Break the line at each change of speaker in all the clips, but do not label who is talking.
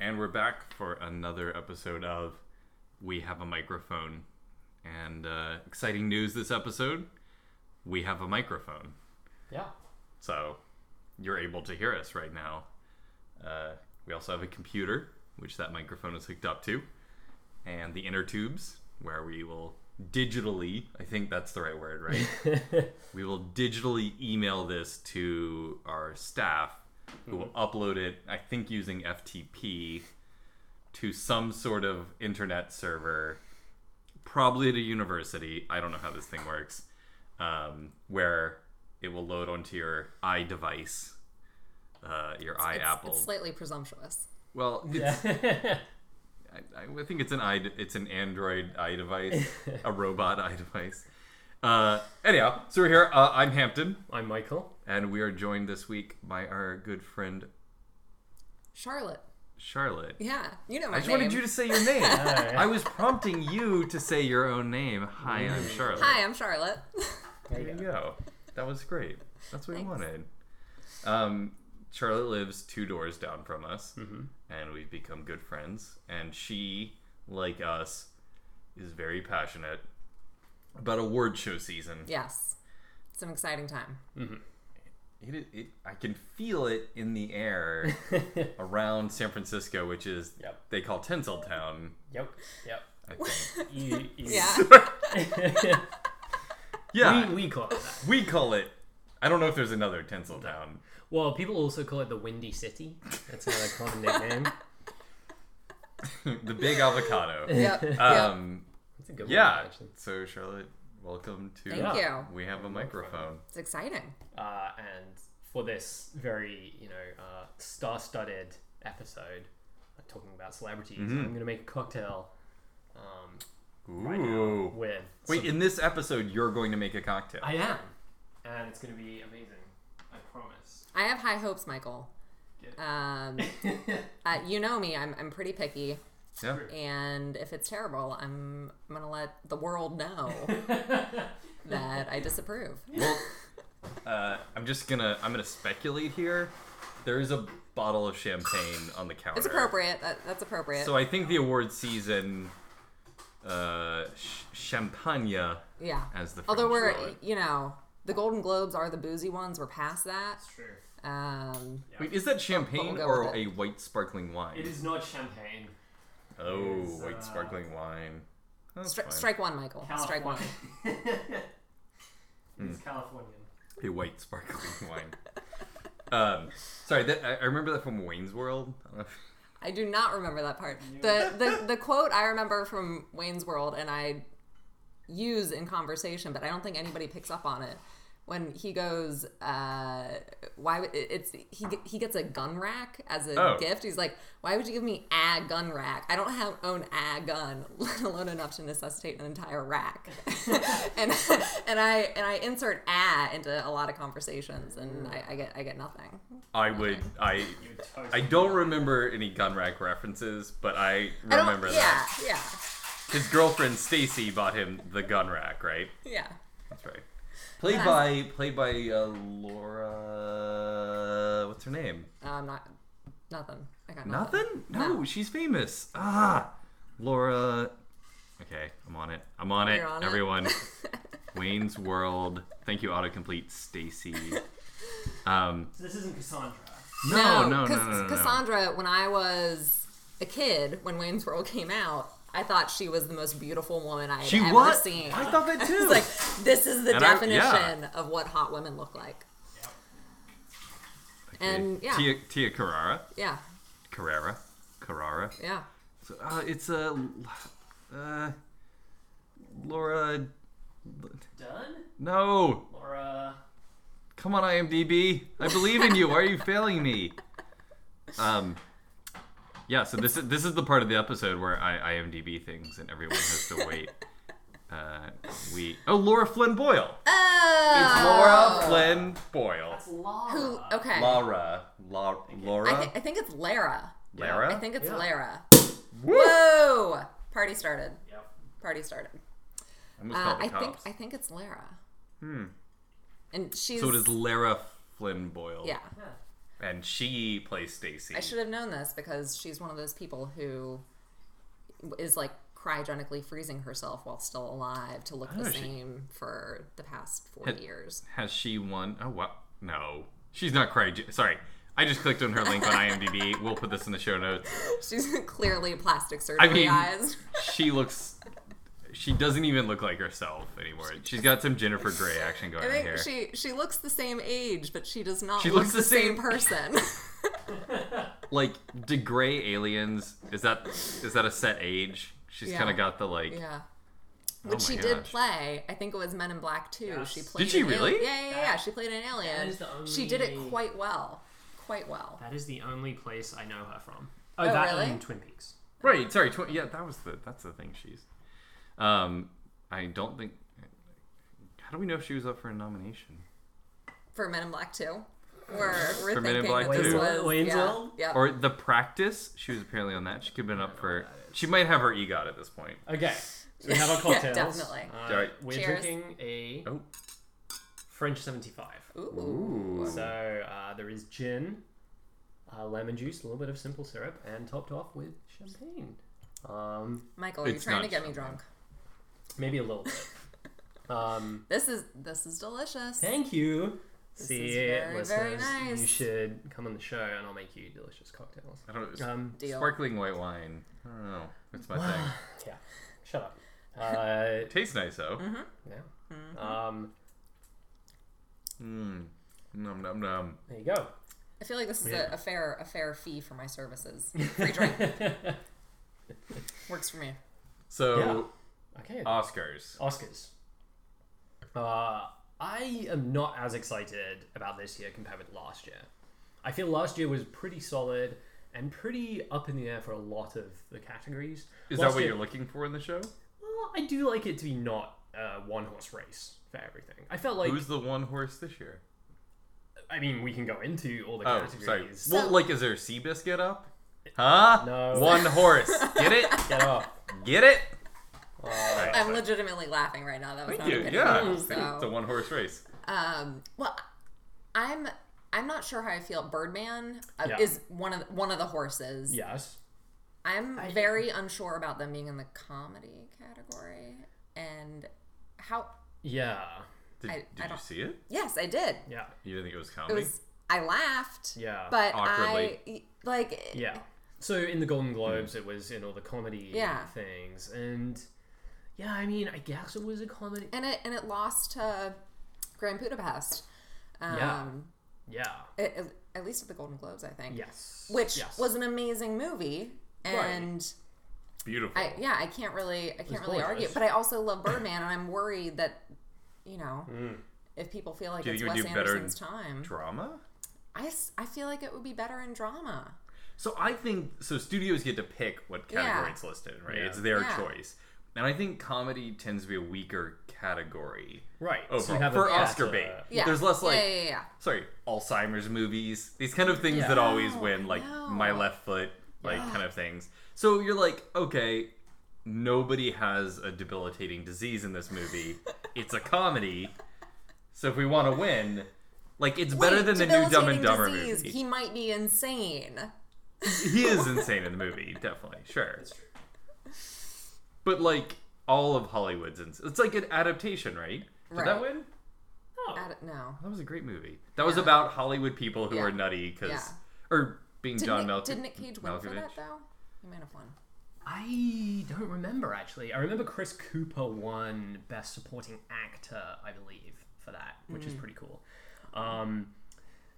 And we're back for another episode of We Have a Microphone. And uh, exciting news this episode we have a microphone.
Yeah.
So you're able to hear us right now. Uh, we also have a computer, which that microphone is hooked up to, and the inner tubes, where we will digitally, I think that's the right word, right? we will digitally email this to our staff who
Mm-hmm.
will upload it, I think using FTP, to some sort of internet server, probably at a university. I don't know how this thing works. Um, where it will load onto your iDevice, uh, your iApple.
It's- It's slightly presumptuous.
well, it's,
Yeah.
I, I think it's an i it's an Android i device, a robot i device. Uh, anyhow, so we're here. Uh, I'm Hampton,
I'm Michael.
and we are joined this week by our good friend
Charlotte.
Charlotte.
Yeah. You know my
I just
name.
wanted you to say your name.
Hi.
I was prompting you to say your own name. Hi, I'm Charlotte.
Hi, I'm Charlotte.
There
There
you
you
go.
go. That was great. That's what we
Thanks.
wanted. Um, Charlotte lives two doors down from us, and we've become good friends. And she, like us, is very passionate about award show season.
yes. It's an exciting time.
It, it, I can feel it in the air around San Francisco, which is
Yep.
they call Tinseltown.
Yep. Yep.
I think.
You, you-
Mm.
Yeah.
yeah,
we, we call it that.
we call it. I don't know if there's another Tinseltown.
Well, people also call it the Windy City. That's another common nickname.
the Big Avocado.
yep. yep.
Um,
That's a good
Yeah.
one, actually.
So Charlotte, welcome to.
Thank
yeah.
you.
We have a microphone.
It's exciting.
Uh, and for this very, you know, uh, star-studded episode, uh, talking about celebrities, I'm going to make a cocktail um,
Ooh.
with.
Wait,
some-
in this episode, you're going to make a cocktail.
I am, and it's going to be amazing. I promise.
I have high hopes, Michael.
Good.
Um, uh, you know me. I'm, I'm pretty picky.
Yeah.
And if it's terrible, I'm, I'm going to let the world know that I disapprove.
Well, uh, I'm just gonna I'm gonna speculate here. There is a bottle of champagne on the counter.
It's appropriate. That, that's appropriate.
So I think the award season, uh, sh- champagne,
yeah.
as the French
Although we're,
call it.
you know, the Golden Globes are the boozy ones. We're past that.
It's true.
Um,
Wait, is that champagne
But we'll go
or
with
a
it.
white sparkling wine?
It is not champagne.
oh,
is, uh,
white sparkling wine. That's
Stri-
fine.
strike one, Michael. Strike one.
it's Californian.
a white sparkling wine. Um, sorry, that, I, I remember that from Wayne's World. I don't know if-
I do not remember that part. The, the the quote I remember from Wayne's World and I use in conversation, but I don't think anybody picks up on it. When he goes, uh, why would it- it's he ge- he gets a gun rack as a
Oh.
gift. He's like, why would you give me a gun rack? I don't have own a gun, let alone enough to necessitate an entire rack. and and I and I insert a into a lot of conversations,
Hmm.
and I, I get I get nothing.
I would. I
You're toast.
I don't remember any gun rack references, but I
I don't.
remember
yeah,
that
yeah,
his girlfriend Stacy bought him the gun rack. Right.
yeah.
That's right. Played
Yeah.
by played by uh, Laura. What's her name?
Um, not nothing. I got nothing.
Nothing. No, she's famous. Ah, Laura. Okay, I'm on it. I'm on it.
You're on it.
everyone. Wayne's World. Thank you, autocomplete, Stacy. Um,
So this isn't Cassandra.
no, no, no, no,
Cas-
no, no.
Cassandra, when I was a kid, when Wayne's World came out, I thought she was the most beautiful woman I had
She
ever
was.
seen.
I thought that too.
It's like this is the
And I-
definition
yeah.
of what hot women look like.
Okay.
and, yeah.
Tia, Tia Carrara,
Yeah,
Carrera, Carrara.
yeah.
So, uh, it's uh, uh, Laura.
Done? uh,
No,
Laura.
come on, IMDb. I believe in you. Why are you failing me? Um, yeah. So this is this is the part of the episode where I IMDb things and everyone has to wait. Uh, we oh Laura Flynn Boyle. It's
Oh,
Laura Flynn Boyle.
That's Laura.
Who- okay.
Laura. La-
I, thi-
Laura.
I think it's Lara.
Lara.
I think it's
Yeah.
Lara.
Woo!
Whoa! Party started.
Yep.
Party started.
Almost
Uh,
called the
I think
cops.
I think it's Lara. Hmm. And she's
So it is Lara Flynn Boyle.
yeah.
Yeah.
I and she plays Stacy.
I should have known this because she's one of those people who is like cryogenically freezing herself while still alive to look
Oh,
the
she-
same for the past 40 years.
Has she won? Oh, what? No, she's not cryog. Sorry, I just clicked on her link on IMDb. we'll put this in the show notes.
She's clearly plastic
I mean-
surgery eyes.
She looks. She doesn't even look like herself anymore. She's got some Jennifer Grey action going
I
on
think
here.
she she looks the same age, but she does not
She
look
looks
the,
the
same,
same-
person.
Like, do Grey aliens? Is that is that a set age? She's
Yeah.
kind of got the like.
yeah.
Oh
Which
my
she did
gosh.
play. I think it was Men in Black 2.
Yes.
She
Did
played
she
an al-
really?
yeah, yeah, yeah, yeah. She played an alien.
is the
She did it
only-
quite well. Quite well.
That is the only place I know her from. Oh,
Oh,
that
really?
and Twin Peaks.
Right. Sorry. Tw- yeah, that was the that's the thing. She's. Um, I don't think. How do we know if she was up for a nomination?
For Men in Black 2. We're, we're
For
thinking
Men in Black
that this
2.
was...
Waynesville?
Yeah. yeah.
Or the practice? She was apparently on that. She could have been up for. She might have her E EGOT at this point.
Okay, so we have our
Yeah,
cocktails.
definitely.
Uh,
Alright.
We're
Cheers.
drinking a
Oh.
French 75.
Ooh.
So uh, there is gin, uh, lemon juice, a little bit of simple syrup, and topped off with champagne. Um,
Michael, are you
It's
trying
not
to get me
champagne.
drunk?
maybe a little bit. Um,
This is this is delicious.
thank you.
This
See,
is very, very
listeners, you
nice.
should come on the show and I'll make you delicious cocktails.
I don't know.
Um,
Deal.
Sparkling white wine. I don't know. That's my thing.
yeah, shut up. Uh,
It tastes nice though.
yeah. Um,
Mm. Nom nom nom.
there you go.
I feel like this is
Yeah.
a, a fair a fair fee for my services. Free drink works for me.
So
Okay.
Oscars.
Oscars. Uh, I am not as excited about this year compared with last year. I feel last year was pretty solid and pretty up in the air for a lot of the categories.
Is
Last
that what
year-
you're looking for in the show?
Well, I do like it to be not a one horse race for everything. I felt like,
Who's the one horse this year?
I mean, we can go into all the
Oh, sorry.
categories.
well, like, is there a sea biscuit up? Huh?
No.
One horse. Get it?
Get off.
Get it?
Uh,
I'm legitimately laughing right now. That was
Thank
not a
you.
good
Yeah.
move,
It's
so.
a one horse race.
Um, well, I'm I'm not sure how I feel. Birdman uh,
Yeah.
is one of one of the horses.
yes.
I'm
I-
very unsure about them being in the comedy category. And how?
Yeah.
Did,
I-
did
I
you
don't-
see it?
Yes, I did.
Yeah.
You didn't think it was
It
comedy?
was. I laughed.
Yeah.
But
Awkwardly.
I like.
Yeah. So in the Golden Globes,
Hmm.
it was in all the comedy
Yeah.
things, and yeah, I mean, I guess it was a comedy.
And it and it lost to Grand Budapest. Um,
Yeah. Yeah.
It, it- at least at the Golden Globes, I think.
Yes.
Which
Yes.
was an amazing movie. And
Beautiful.
I yeah, I can't really I can't really argue.
gorgeous.
But I also love Birdman and I'm worried that, you know, if people feel like
Mm. Do you think
it's
it
Wes
would do better in
Anderson's time.
Drama?
I, s- I feel like it would be better in drama.
So I think so studios get to pick what category
Yeah.
it's listed, right?
Yeah.
It's their
Yeah.
choice. And I think comedy tends to be a weaker category
right.
overall
So you have
for
a-
Oscar
uh,
bait.
Yeah.
There's less
Yeah,
like
yeah, yeah, yeah.
sorry, Alzheimer's movies, these kind of things
Yeah.
that always
No,
win, like
no.
my left foot, like kind of things. So you're like, okay, nobody has a debilitating disease in this movie. it's a comedy. So if we want to win, like it's better
Wait,
than the new Dumb
debilitating
and Dumber
disease.
movie.
He might be insane.
he is insane in the movie, definitely, sure. But like all of Hollywood's, ins- it's like an adaptation, right? Did
Right.
that win?
Oh,
I don't know.
That was a great movie. That was about Hollywood people who
Yeah.
are nutty because,
Yeah.
or being
Did,
John
Nick,
Malkovich.
did Nick Cage win for that
Malkovich.
though? He might have won.
I don't remember actually. I remember Chris Cooper won Best Supporting Actor, I believe, for that, which
Mm.
is pretty cool. Um,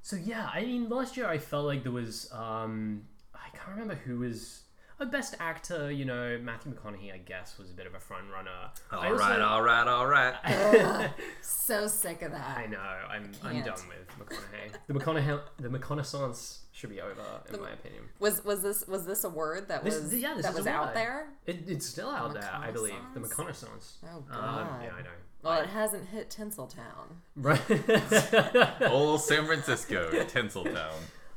so yeah, I mean, last year I felt like there was um, I can't remember who was. Oh, best actor, you know, Matthew McConaughey, I guess, was a bit of a front runner.
All
I
Oh, right, all right, all right.
So sick of that.
I know, I'm, I'm
can't.
done with McConaughey. The McConaughey, the McConaissance should be over, in my opinion.
Was was this was this a word that
This-
was
yeah, this
that
is a
was out
word.
there?
It, it's still out there, I believe. The McConaissance.
McConaissance?
Uh,
Oh,
Um,
God.
yeah, I know.
Well, it hasn't hit Tinseltown.
Right.
Old San Francisco, Tinseltown.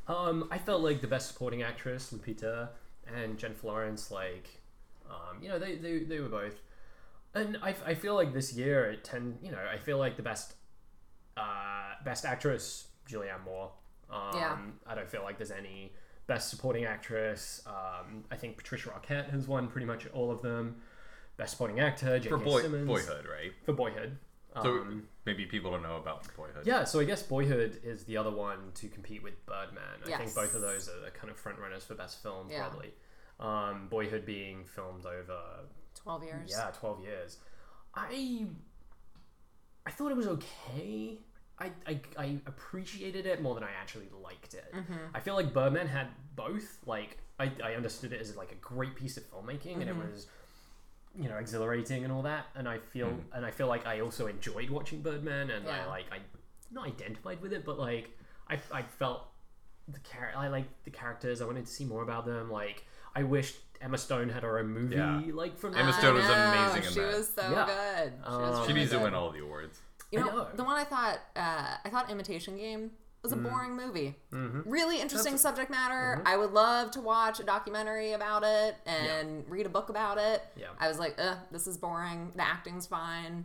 Um, I felt like the best supporting actress, Lupita and Jen Florence, like, um, you know, they, they, they were both. And I, I feel like this year it tend, you know, I feel like the best, uh, best actress, Julianne Moore, Um,
Yeah.
I don't feel like there's any best supporting actress. Um, I think Patricia Arquette has won pretty much all of them. Best supporting actor, J.K.
for boy,
Simmons
Boyhood, right?
for Boyhood. Um,
So maybe people don't know about Boyhood.
yeah, so I guess Boyhood is the other one to compete with Birdman. I think
Yes.
both of those are the kind of front runners for best film,
Yeah.
probably. Um, Boyhood being filmed over
12 years.
yeah, twelve years. I I thought it was okay. I, I, I appreciated it more than I actually liked it. I feel like Birdman had both. Like I, I understood it as like a great piece of filmmaking, and it was you know exhilarating and all that. And I feel and I feel like I also enjoyed watching Birdman, and I
Yeah.
like I not identified with it, but like I, I felt the char- I like the characters. I wanted to see more about them. Like I wished Emma Stone had her own movie.
Yeah.
Like from
Emma
that.
Stone was
I know,
amazing in
She
that.
was so
Yeah.
good. She, was
Um,
She
really
needs to
good.
win all the awards.
You
I
know,
know. Mm.
the one I thought uh, I thought Imitation Game was a boring movie.
Mhm.
Really interesting subject matter.
Mm-hmm.
I would love to watch a documentary about it and read a book about it.
Yeah.
I was like, Ugh, this is boring. The acting's fine.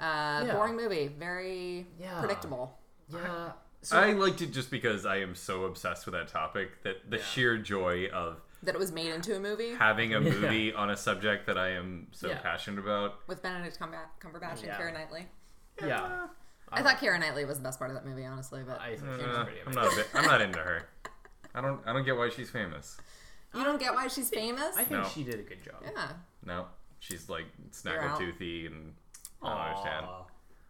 Uh,
Yeah.
Boring movie. Very
Yeah.
predictable. Uh,
Yeah. So
I liked it just because I am so obsessed with that topic that the
Yeah.
sheer joy of
That it was made into a movie
having a
Yeah.
movie on a subject that I am so
Yeah.
passionate about.
with Benedict Cumber- Cumberbatch and
Yeah.
Keira Knightley.
yeah,
I, thought Keira Knightley was the best part of that movie, honestly. But
I think she was
Uh,
pretty
I'm
amazing.
not. A bit, I'm not into her. I don't. I don't get why she's famous.
you don't get why she's famous.
I think
No.
she did a good job.
yeah,
No, she's like
You're out.
snackle-toothy and I don't understand.
Aw.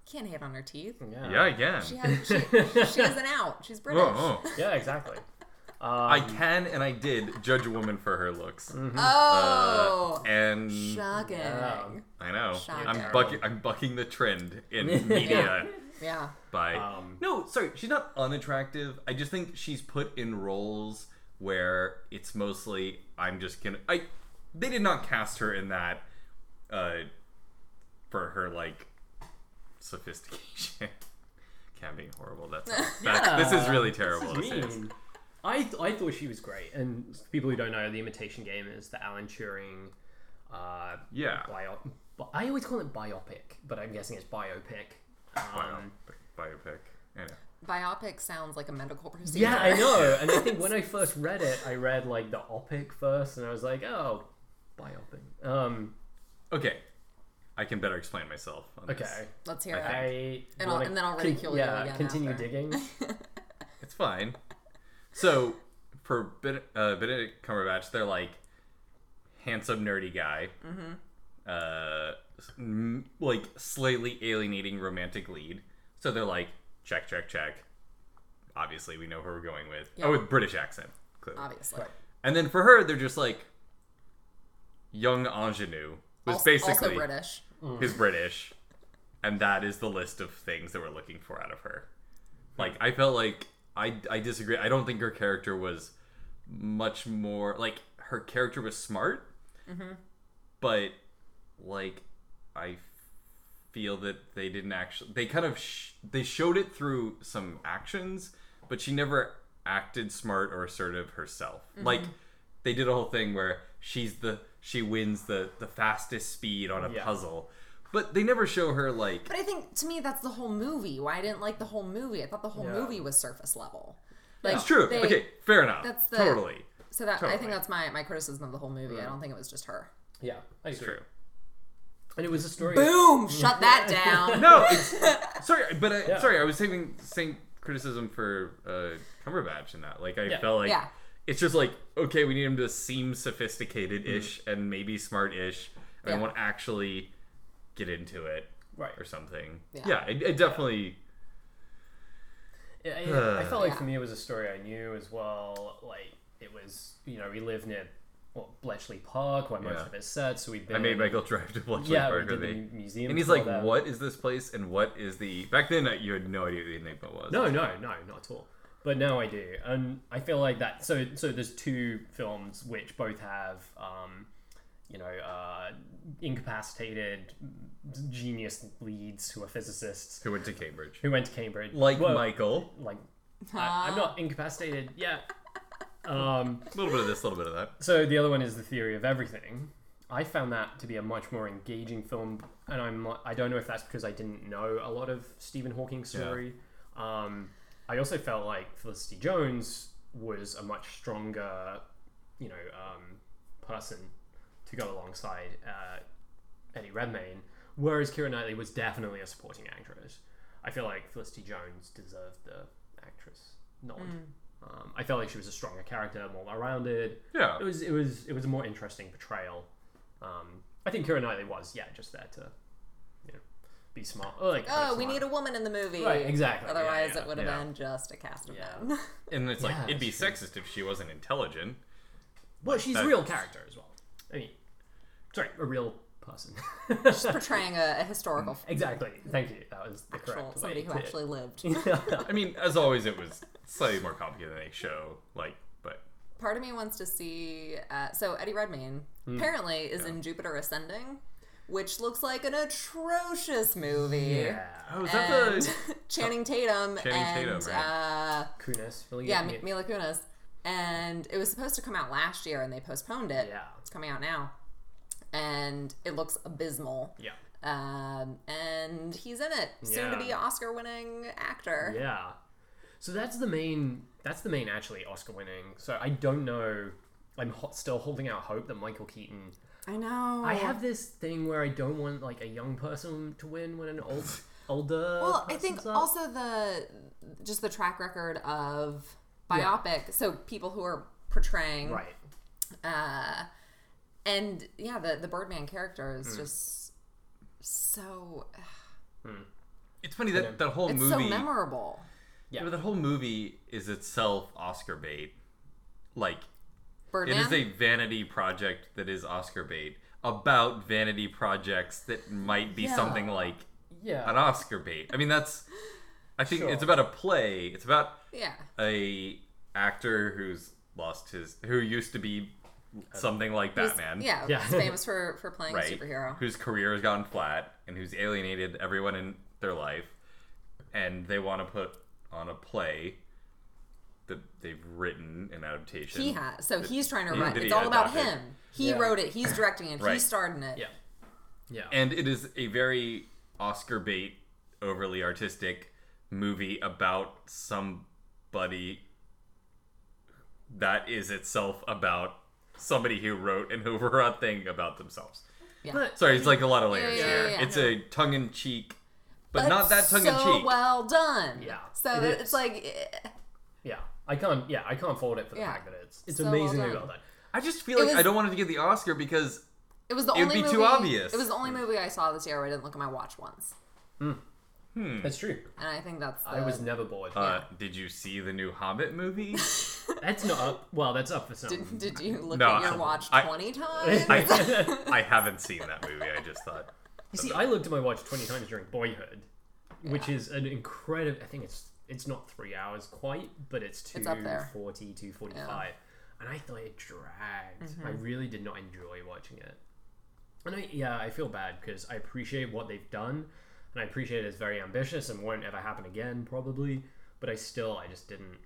can't hate on her teeth.
Yeah, I can.
She has she, she has an out. She's British.
Oh, oh.
Yeah, exactly.
I
Um,
can and I did judge a woman for her looks.
Mm-hmm. Oh,
And
shocking. Yeah.
Uh, Yeah.
I know
Shocking.
I'm bucking. I'm bucking the trend in media by
Um,
no. Sorry, she's not unattractive. I just think she's put in roles where it's mostly I'm just gonna. I they did not cast her in that uh, for her like sophistication. Can't be horrible. That's, that's this is really terrible.
I
to say.
mean, I, th- I thought she was great. And for people who don't know, The Imitation Game is the Alan Turing. Uh,
Yeah.
Bio- bi- I always call it biopic, but I'm guessing it's biopic. Um,
Biopic. Biopic. I know.
Biopic sounds like a medical procedure.
Yeah, I know. And I think when I first read it, I read like the opic first, and I was like, oh, biopic. Um,
Okay, I can better explain myself. On
okay.
this.
Let's hear it.
I
And I'll-
wanna
and then I'll ridicule you
yeah,
again
continue
after.
digging.
It's fine. So for ben- uh, Benedict Cumberbatch, they're like handsome, nerdy guy,
Mm-hmm.
uh, s- m- like slightly alienating romantic lead. So they're like check, check, check. Obviously, we know who we're going with.
Yeah. Uh,
Oh, with British accent, clearly.
Obviously.
Right.
And then for her, they're just like young ingenue was
Also, also
basically
British.
is British, and that is the list of things that we're looking for out of her. Like I felt like I I disagree. I don't think her character was much more like her character was smart, but like I feel that they didn't actually they kind of sh- they showed it through some actions, but she never acted smart or assertive herself. Like they did a whole thing where she's the she wins the the fastest speed on a
Yeah.
puzzle, but they never show her like
But I think to me that's the whole movie. Why I didn't like the whole movie. I thought the whole
Yeah.
movie was surface level. Like,
it's true.
they-
okay, fair enough.
that's the-
totally
So that I think
Totally.
that's my my criticism of the whole movie. I don't think it was just her.
Yeah, I agree.
true.
And it was a story.
Boom! Shut that down.
No, it's sorry, but I,
Yeah.
sorry, I was saving same criticism for uh, Cumberbatch in that. Like I
Yeah.
felt like
Yeah.
it's just like okay, we need him to seem sophisticated ish and maybe smart ish, and
Mm-hmm. Yeah.
won't actually get into it
Right.
or something.
Yeah.
Yeah, it, it definitely.
I, I- I felt like
Yeah.
for me it was a story I knew as well. Like it was, you know, we lived near well, Bletchley Park, where most
Yeah.
of it's set. So we've been.
I made Michael drive to Bletchley
Yeah,
Park
we
with
did the
me.
mu- museum.
And he's
tour
like,
there.
"What is this place? And what is the?" Back then, uh, you had no idea what the enigma was.
No, no, no, not at all. But now I do, and I feel like that. So, so there's two films which both have, um, you know, uh, incapacitated genius leads who are physicists
who went to Cambridge?
who went to Cambridge,
Like
Well,
Michael,
like I, I'm not incapacitated. Yeah. Um,
a little bit of this, a little bit of that.
So the other one is the theory of everything. I found that to be a much more engaging film, and I'm not- I don't know if that's because I didn't know a lot of Stephen Hawking's story, um, I also felt like Felicity Jones was a much stronger, you know, um, person to go alongside uh, Eddie Redmayne, whereas Kira Knightley was definitely a supporting actress. I feel like Felicity Jones deserved the actress nod. Um, I felt like she was a stronger character, more well-rounded.
Yeah.
It was it was it was a more interesting portrayal. Um, I think Kira Knightley was yeah just there to, you know, be smart. Oh, like, kind of
Oh, we
smart.
need a woman in the movie.
Right, exactly. Yeah,
Otherwise,
yeah,
it would have
yeah.
been just a cast of
Yeah.
men.
And it's
Yeah,
like it'd be
that's true.
sexist if she wasn't intelligent.
Well, she's a
that-
real character as well. I mean, sorry, a real person.
Portraying a, a historical
exactly. Thank you. That was the
actual
correct
somebody
way
who
to-
actually lived.
I mean, as always, it was slightly more complicated than a show. Like, but
Part of me wants to see. Uh, so Eddie Redmayne apparently is in Jupiter Ascending, which looks like an atrocious movie.
Yeah.
oh, is that
And
the
Channing Tatum and
Channing Tatum, right.
uh,
Kunis. Really
yeah,
getting
M-
it.
Mila Kunis. And it was supposed to come out last year, and they postponed it.
Yeah.
It's coming out now, and it looks abysmal.
Yeah.
Um, and he's in it. Soon to be
Yeah.
Oscar-winning actor.
Yeah. So that's the main. That's the main actually Oscar winning. So I don't know. I'm ho- still holding out hope that Michael Keaton.
I know.
I have this thing where I don't want like a young person to win when an old older.
Well, I think
person's up.
also the just the track record of
Yeah.
biopic, so people who are portraying,
right.
uh, and yeah, the the Birdman character
Hmm.
is just so
It's funny that that whole
it's so
movie,
memorable.
yeah, but that whole movie is itself Oscar bait. Like, it
Birdman.
is a vanity project that is Oscar bait about vanity projects that might be
Yeah.
something like
Yeah.
an Oscar bait. I mean, that's. I think
Sure.
it's about a play. It's about
yeah,
a actor who's lost his who used to be something like
He's-
Batman.
yeah,
Yeah.
he's famous for for playing
right?
a superhero.
Whose career has gone flat and who's alienated everyone in their life, and they want to put on a play that they've written an adaptation.
He has, so he's trying to
he
write.
did- he
It's all about
adopted.
him. He
Yeah.
wrote it. He's directing it. He
Right.
starred in it.
Yeah. Yeah.
and it is a very Oscar bait, overly artistic movie about somebody that is itself about somebody who wrote and who wrote a thing about themselves.
But-
Sorry, it's like a lot of layers
Yeah, yeah,
here.
yeah, yeah.
It's a tongue in cheek, but, not that tongue in
So uh,
cheek.
well done.
Yeah,
So
it
that-
is.
it's like eh,
Yeah, I can't. Yeah, I can't fault it for the
Yeah.
fact that it's it's
So well
amazingly
done.
well done.
I just feel like
was-
I don't want it to get the Oscar because
It was the
It would
only
be
movie,
too obvious.
It was the only movie I saw this year where I didn't look at my watch once,
Hmm.
That's true.
and I think that's. The,
I was never bored.
uh, did you see the new Hobbit movie?
that's not up. Well, that's up for some.
Did, did you look
No,
at your
I-
watch
I-
twenty times?
I, I haven't seen that movie. I just thought
you see, I looked at my watch twenty times during Boyhood, which is an incredible. I think it's it's not three hours quite, but it's two
It's up there.
forty, two forty five, and I thought it dragged. I
Mm-hmm.
really did not enjoy watching it, and I yeah, I feel bad because I appreciate what they've done, and I appreciate it's very ambitious and won't ever happen again probably. But I still, I just didn't.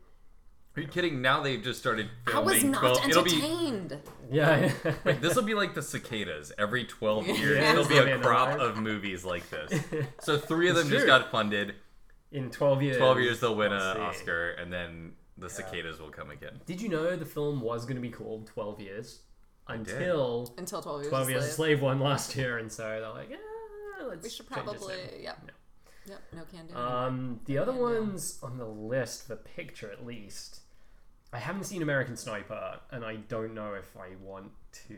Are you kidding? Now they've just started
I
filming.
was not
12 it'll be
entertained.
Yeah.
this will be like the cicadas. Every twelve years,
Yeah.
there'll be
Yeah.
a crop of movies like this. So three of them just
true.
got funded.
in 12 years.
Twelve years, they'll win an
I'll see.
Oscar, and then the cicadas will come again.
Did you know the film was going to be called 12 Years until
Until twelve years.
12 Years a
Slave.
Slave won last year? And so they're like, yeah, let's
We should
change its
probably.
name."
Yep. Yep. No can do.
Uh,
Um, the other ones on the list for picture, at least. I haven't seen American Sniper, and I don't know if I want to.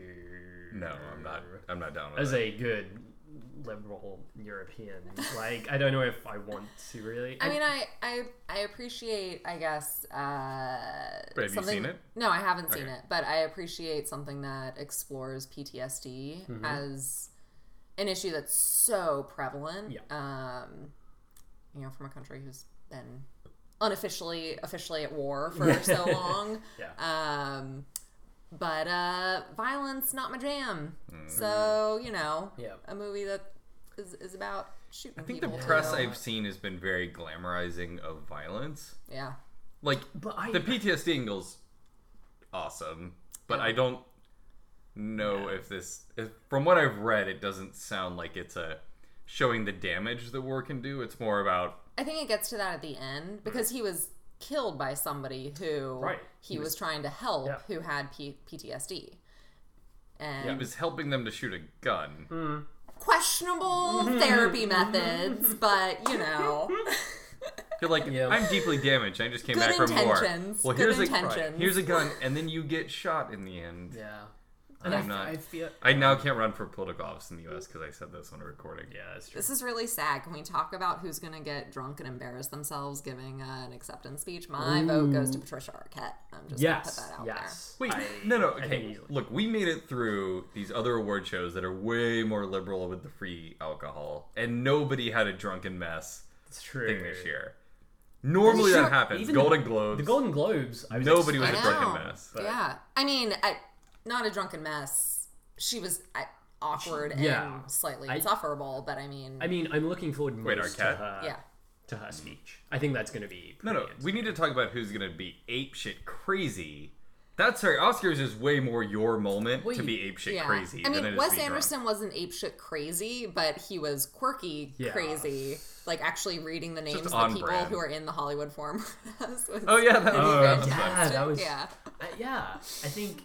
No, I'm not. I'm not down with
As
it.
a good liberal European, like I don't know if I want to really.
I mean, I, I I appreciate, I guess. Uh,
But have you
something-
seen it?
No, I haven't seen
Okay.
it, but I appreciate something that explores PTSD
Mm-hmm.
as an issue that's so prevalent.
Yeah.
Um, you know, from a country who's been unofficially, officially at war for so long.
Yeah.
Um, but uh, violence, not my jam.
Mm.
So you know,
Yeah.
a movie that is, is about shooting.
I think the
people
press
too.
I've seen has been very glamorizing of violence.
yeah.
Like
but I
the PTSD angle's awesome, but I don't know if this. If, from what I've read, it doesn't sound like it's a showing the damage the war can do. It's more about
I I think it gets to that at the end because he was killed by somebody who
Mm-hmm. Right.
he was trying to help
Yeah.
who had P- PTSD. And
He was helping them to shoot a gun.
Mm.
questionable
Mm-hmm.
therapy methods, but you know,
You're like,
Yeah.
I'm deeply damaged. I just came
Good
back from
intentions.
war. Well,
Good
here's a
intentions.
here's a gun, and then you get shot in the end.
Yeah.
I'm
And I,
not-
I feel.
I now can't run for political office in the U.S. because I said this on a recording.
Yeah, that's true.
this is really sad. Can we talk about who's going to get drunk and embarrass themselves giving uh, an acceptance speech? My vote goes to Patricia Arquette. I'm just
Yes.
going to put that out
Yes.
Wait,
I-
no, no.
I think
Okay,
easily.
look, we made it through these other award shows that are way more liberal with the free alcohol, and nobody had a drunken mess
It's true.
thing this year. Normally
Sure,
that happens.
even
Golden Globes.
The Golden Globes. I was
Nobody
there.
was a
I
drunken
know.
mess. but-
Yeah. I mean, I, not a drunken mess. She was uh, awkward
Yeah.
and slightly
I-
insufferable, but I mean,
I uh, mean, I'm looking forward most
Wait,
to
Arquette?
her
yeah.
to her speech. I think that's going to be.
No, no.
brilliant.
We need to talk about who's gonna be ape shit crazy. That's her. Oscars is way more your moment to
Wait,
be ape shit
Yeah.
crazy.
I
than it
mean,
is
Wes
to be drunk.
Anderson wasn't apeshit crazy, but he was quirky
Yeah.
crazy. Like actually reading the names of the
on
people
brand.
who are in the Hollywood Forum. was
Oh yeah, that was,
Oh,
that was
yeah.
nice.
that was-
yeah.
Uh, yeah, I think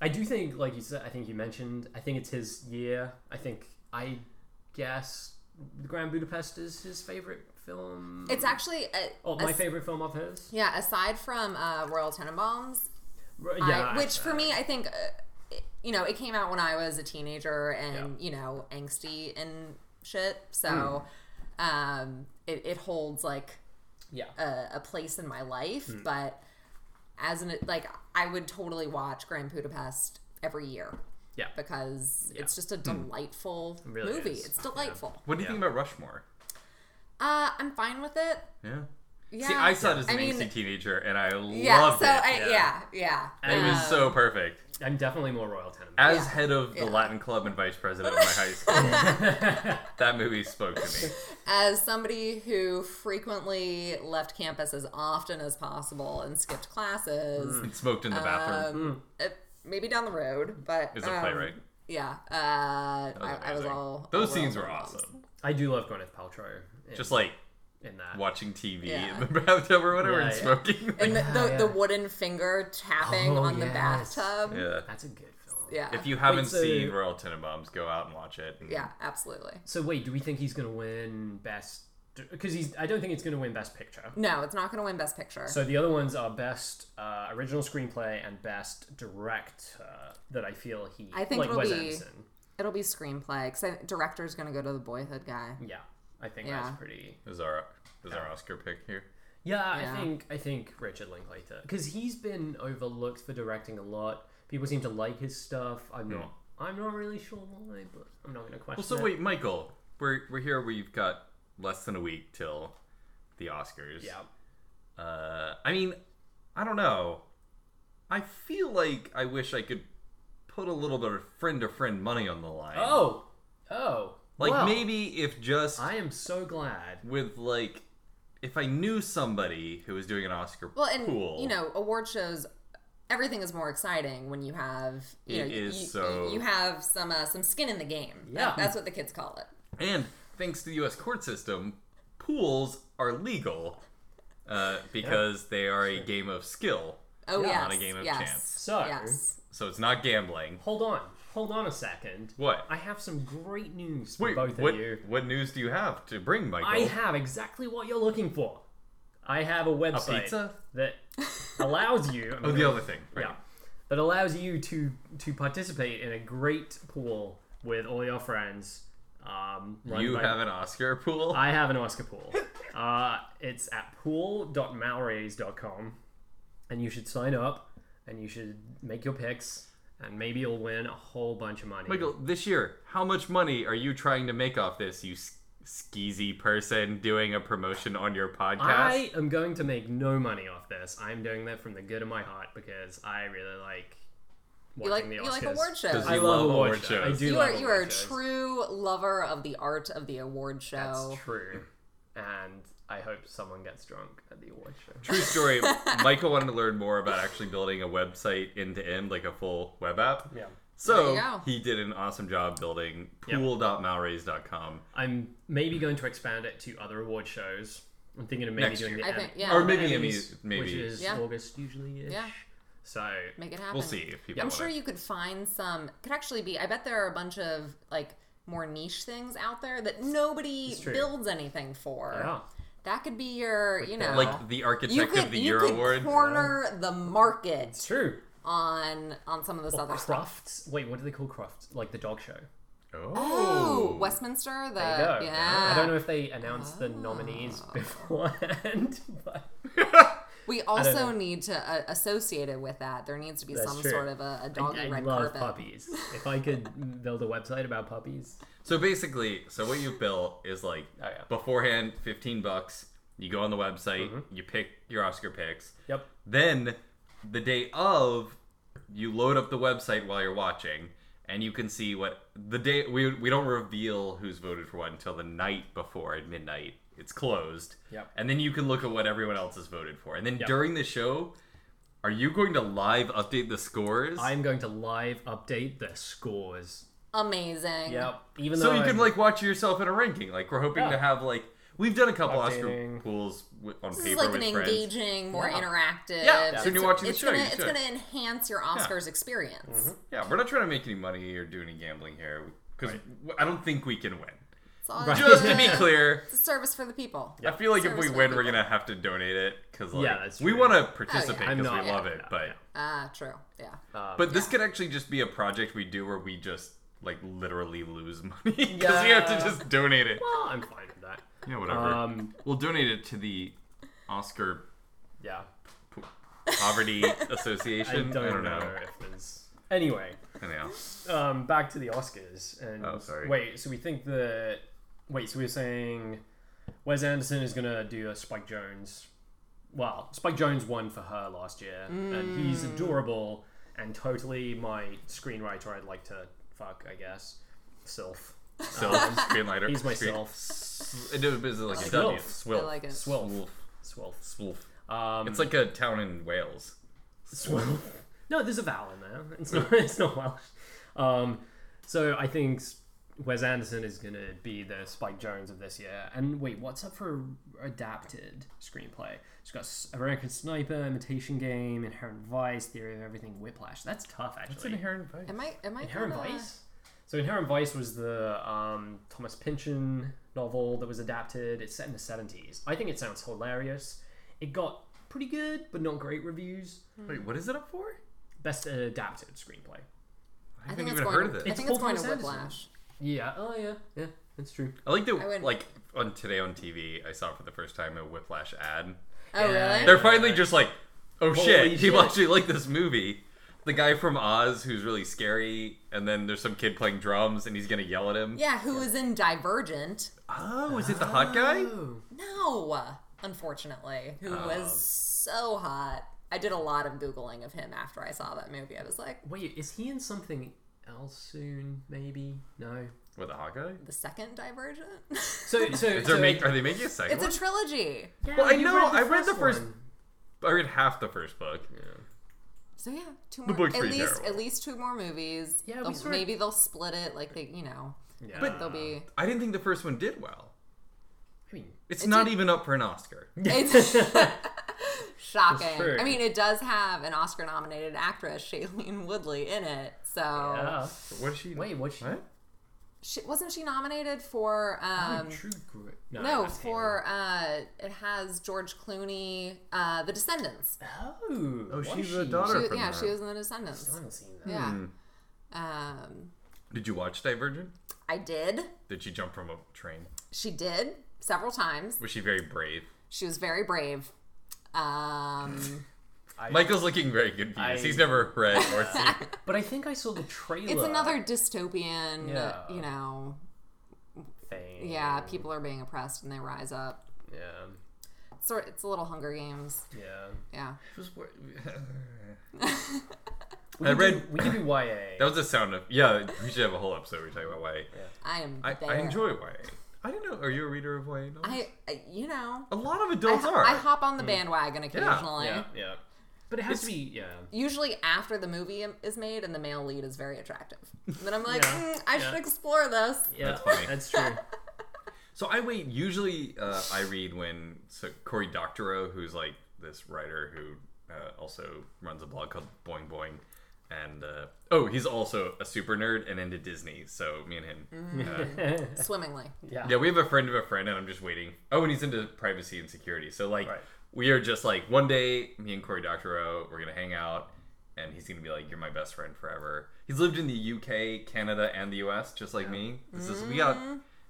I do think like you said. I think you mentioned. I think it's his year. I think I guess The Grand Budapest is his favorite film.
It's actually a,
oh, my
as-
favorite film of his.
yeah. Aside from uh, Royal Tenenbaums,
R-
I-
Yeah,
which for
uh,
me, I think, uh, it- you know, it came out when I was a teenager and you know, angsty and shit. So,
Hmm.
um, it, it holds like
yeah,
a, a place in my life,
Hmm.
but as an like I would totally watch Grand Budapest every year
yeah.
because it's just
Hmm.
a delightful
really
movie.
is.
It's delightful.
What do you think about Rushmore?
Uh, I'm fine with it.
Yeah.
Yeah.
See, I saw it as
I
an
mean-
angsty teenager, and I
yeah,
loved
so
it.
I,
yeah.
yeah, yeah.
it was
Um,
so perfect.
I'm definitely more Royal Tenenbaums.
As
yeah,
head of the
yeah.
Latin Club and vice president of my high school,
uh,
that movie spoke to me.
as somebody who frequently left campus as often as possible and skipped classes,
It smoked in the bathroom.
uh, maybe down the road, but
It's a
um,
playwright.
Yeah, uh, I, I was
amazing.
all
Those
all
scenes
Royal
were
Tenenbaums.
awesome.
I do love Gwyneth Paltrow. In,
Just like
in that.
watching TV
Yeah.
in the bathtub or whatever
Yeah,
and
yeah.
smoking.
And the, the,
yeah.
the wooden finger tapping
Oh,
on the
yes.
bathtub.
yeah.
That's a good film.
Yeah.
If you haven't
Wait, so-
seen Royal Tenenbaums, go out and watch it. and-
yeah, absolutely.
So wait, do we think he's gonna win best? Because he's. I don't think he's gonna win best picture.
No, it's not going to win Best Picture.
So the other ones are best uh, original screenplay and best director that I feel he.
I think
like
it'll
Wes
be-
Anderson.
It'll be screenplay because director's going to go to the Boyhood guy.
Mm.
Yeah, I think
Yeah.
that's pretty.
Is our is our Oscar pick here?
Yeah,
Yeah.
I think I think Richard Linklater because he's been overlooked for directing a lot. People seem to like his stuff. I'm not. I'm not really sure why, but I'm not going to question.
Hmm. Well, so
it.
wait, Michael, we're we're here. We've got less than a week till the Oscars.
Yeah.
Uh, I mean, I don't know. I feel like I wish I could put a little bit of friend to friend money on the line.
Oh. Oh.
like
wow.
maybe if just
I am so glad.
with like if I knew somebody who was doing an Oscar
Well, and
pool.
you know, award shows, everything is more exciting when you have you
It
know
is
you,
so-
you have some uh, some skin in the game.
Yeah.
That- that's what the kids call it.
And thanks to the U.S. court system, pools are legal uh, because they are a game of skill.
Oh
Yeah.
yes,
Not a game of
yes,
chance.
So-
yes.
So it's not gambling.
Hold on. Hold on a second.
What?
I have some great news for
Wait,
both
what,
of you.
what news do you have to bring, Michael?
I have exactly what you're looking for. I have a website
pizza?
that allows you.
oh, the other thing. Right.
yeah, that allows you to to participate in a great pool with all your friends. Um, run
You
by-
have an Oscar pool?
I have an Oscar pool. uh, it's at pool.malrays.com, and you should sign up, and you should make your picks, and maybe you'll win a whole bunch of money.
Michael, this year, how much money are you trying to make off this, you s- skeezy person doing a promotion on your podcast?
I am going to make no money off this. I'm doing that from the good of my heart because I really like watching
You like
the
you
Oscars.
like award shows.
Does
I
You
love
love
award
award
shows.
shows.
I do
you
love
are you
award
are a
shows.
true lover of the art of the award show.
That's true. And I hope someone gets drunk at the award show.
True story. Michael wanted to learn more about actually building a website end to end, like a full web app.
Yeah.
There you
So
go.
he did an awesome job building pool.malraise.com.
I'm maybe going to expand it to other award shows I'm thinking of maybe
Next
doing
year.
the
I
Emmy-
think- yeah.
Or maybe
Emmys,
Emmys, maybe.
which is
Yeah.
August usually.
Yeah.
So
Make it happen.
We'll see if people.
I'm
wanna-
sure you could find some. Could actually be. I bet there are a bunch of like more niche things out there that nobody
It's true.
builds anything for.
yeah,
That could be your, you know,
like the Architect
you could
of the
you
Year
could
award.
corner the market
it's true.
on on some of this other stuff.
Crofts. Wait, what do they call Crofts? Like the dog show.
Oh,
Oh, Westminster. The
There you go.
Uh, yeah. Ah.
I don't know if they announced the nominees beforehand, but
We
know.
also need to uh, associate it with that. There needs to be
That's
some
true.
sort of a, a dog
I, I
red
love
carpet.
puppies. If I could build a website about puppies,
So basically, so what you've built is like
Oh, yeah.
beforehand, fifteen bucks. You go on the website,
Mm-hmm.
you pick your Oscar picks.
yep,
Then, the day of, you load up the website while you're watching, and you can see what the day we we don't reveal who's voted for what until the night before at midnight. It's closed.
Yep.
And then you can look at what everyone else has voted for, and then
Yep.
during the show. Are you going to live update the scores?
I'm going to live update the scores.
Amazing.
Yep, even
So
though
you
I'm-
can like watch yourself in a ranking. Like we're hoping
Yeah.
to have like we've done a couple Oscar
Updating.
pools wi- on
This
paper
is like
with
an
friends.
engaging, more
Yeah.
interactive.
Yeah, so
it's,
when you're watching the
it's
show,
gonna
you
it's
should. Mm-hmm.
gonna enhance your Oscars experience.
Yeah, we're not trying to make any money or do any gambling here because I don't think we can win.
It's all
Right.
Just to be
good.
clear,
It's a service for the people.
I feel like if we
Service for
win, we're
people.
gonna have to donate it because like
Yeah, that's
we
true.
want
Oh,
to participate
I'm
because
not-
we love it.
yeah,
but
yeah.
Ah, true. Yeah.
Um,
but this could actually just be a project we do where we just like literally lose money because we have to
Yeah.
just donate it.
well, I'm fine with that.
Yeah, whatever.
Um,
we'll donate it to the Oscar
yeah,
Poverty
I
Association.
don't, know. if there's anyway.
Anyhow.
Um, back to the Oscars and
Oh, sorry.
wait. So we think that wait. So we are saying Wes Anderson is gonna do a Spike Jones. Well, Spike Jones won for her last year, and he's adorable and totally my screenwriter. I'd like to fuck, I guess. Sylph.
Sylph, screenwriter.
He's
Screen-
myself.
S- It was like a
Swilf.
W.
I
Swilf.
like it.
Swilf. Swilf.
Swilf.
Um,
It's like a town in Wales.
Swell. No, there's a vowel in there. It's not. It's not Welsh. Um, so I think S- Wes Anderson is going to be the Spike Jones of this year. And wait, what's up for adapted screenplay? It's got S- American Sniper, Imitation Game, Inherent Vice, Theory of Everything, Whiplash. That's tough, actually.
inherent vice.
Am I? Am I?
Inherent
kinda-
Vice. So Inherent Vice was the um, Thomas Pynchon novel that was adapted. It's set in the seventies. I think it sounds hilarious. It got pretty good, but not great reviews.
Wait, what is it up for?
Best adapted screenplay.
I
I
haven't
think it's
even
going.
heard of
I
it.
It's
think it's
Paul
going to
Thomas Anderson.
Whiplash.
Yeah. Oh yeah. Yeah. That's true.
I like that.
I wouldn't-
Like on today on TV, I saw for the first time a Whiplash ad.
Oh
Yeah.
really?
They're finally just like, oh shit, people
shit.
actually like this movie. The guy from Oz who's really scary, and then there's some kid playing drums, and he's gonna yell at him.
Yeah. Who is in Divergent?
Oh, is it the hot guy?
Oh,
No, unfortunately, who
Oh.
was so hot. I did a lot of googling of him after I saw that movie. I was like,
Wait, is he in something else soon? Maybe. No.
With the hot guy?
the second Divergent.
So so
Is there
so
make, are they making a second
it's a
one?
trilogy.
Yeah,
Well, I
you
know, I read the first-
one.
I read half the first book.
So yeah, two more.
book's
at
pretty
least
terrible.
at least two more movies.
Yeah, we
They'll-
sort of-
maybe they'll split it. Like they, you know,
Yeah.
But-
they'll be.
I didn't think the first one did well.
I mean,
It's
It
not
did-
even up for an Oscar.
It's shocking.
true.
I mean, it does have an Oscar-nominated actress, Shailene Woodley, in it. So
yeah.
What is she?
Wait, what's she-
What?
she, wasn't she nominated for? Um,
True Grit.
no,
not
for uh, it has George Clooney, uh, The Descendants.
Taylor. Oh.
Oh,
was
she's the
she?
daughter.
She-
from Hmm.
yeah,
that.
she was in The
I
Descendants.
haven't seen that.
Yeah. Um,
Did you watch Divergent?
I did.
Did she jump from a train?
She did several times.
Was she very brave?
She was very brave. Um,
I-
Michael's looking very confused.
I-
He's never read or seen.
But I think I saw the trailer.
it's another dystopian.
Yeah.
You know,
thing.
yeah, people are being oppressed and they rise up.
Yeah.
sort it's a little Hunger Games.
Yeah.
Yeah.
We
I
can
read-
Do, we can do YA.
that was the sound of. Yeah, we should have a whole episode where we talk about YA.
I am
I,
there.
I enjoy YA. I don't know. Are you a reader of YA novels?
I, I- you know,
a lot of
I,
adults
ho-
are.
I hop on the bandwagon occasionally.
Mm. Yeah. Yeah. But it has to be. Yeah.
Usually after the movie am- is made and the male lead is very attractive. And then I'm like,
Yeah.
"Mm, I
Yeah.
should explore this.
Yeah,
That's funny.
That's true.
So I wait. Usually, uh, I read when so Cory Doctorow, who's like this writer who uh, also runs a blog called Boing Boing, and uh, oh, he's also a super nerd and into Disney. So me and him, uh,
Swimmingly.
yeah.
yeah, we have a friend of a friend, and I'm just waiting. Oh, and he's into privacy and security. So like,
Right.
we are just like one day, me and Cory Doctorow, we're gonna hang out, and he's gonna be like, "You're my best friend forever." He's lived in the UK, Canada, and the US, just like me. This is we got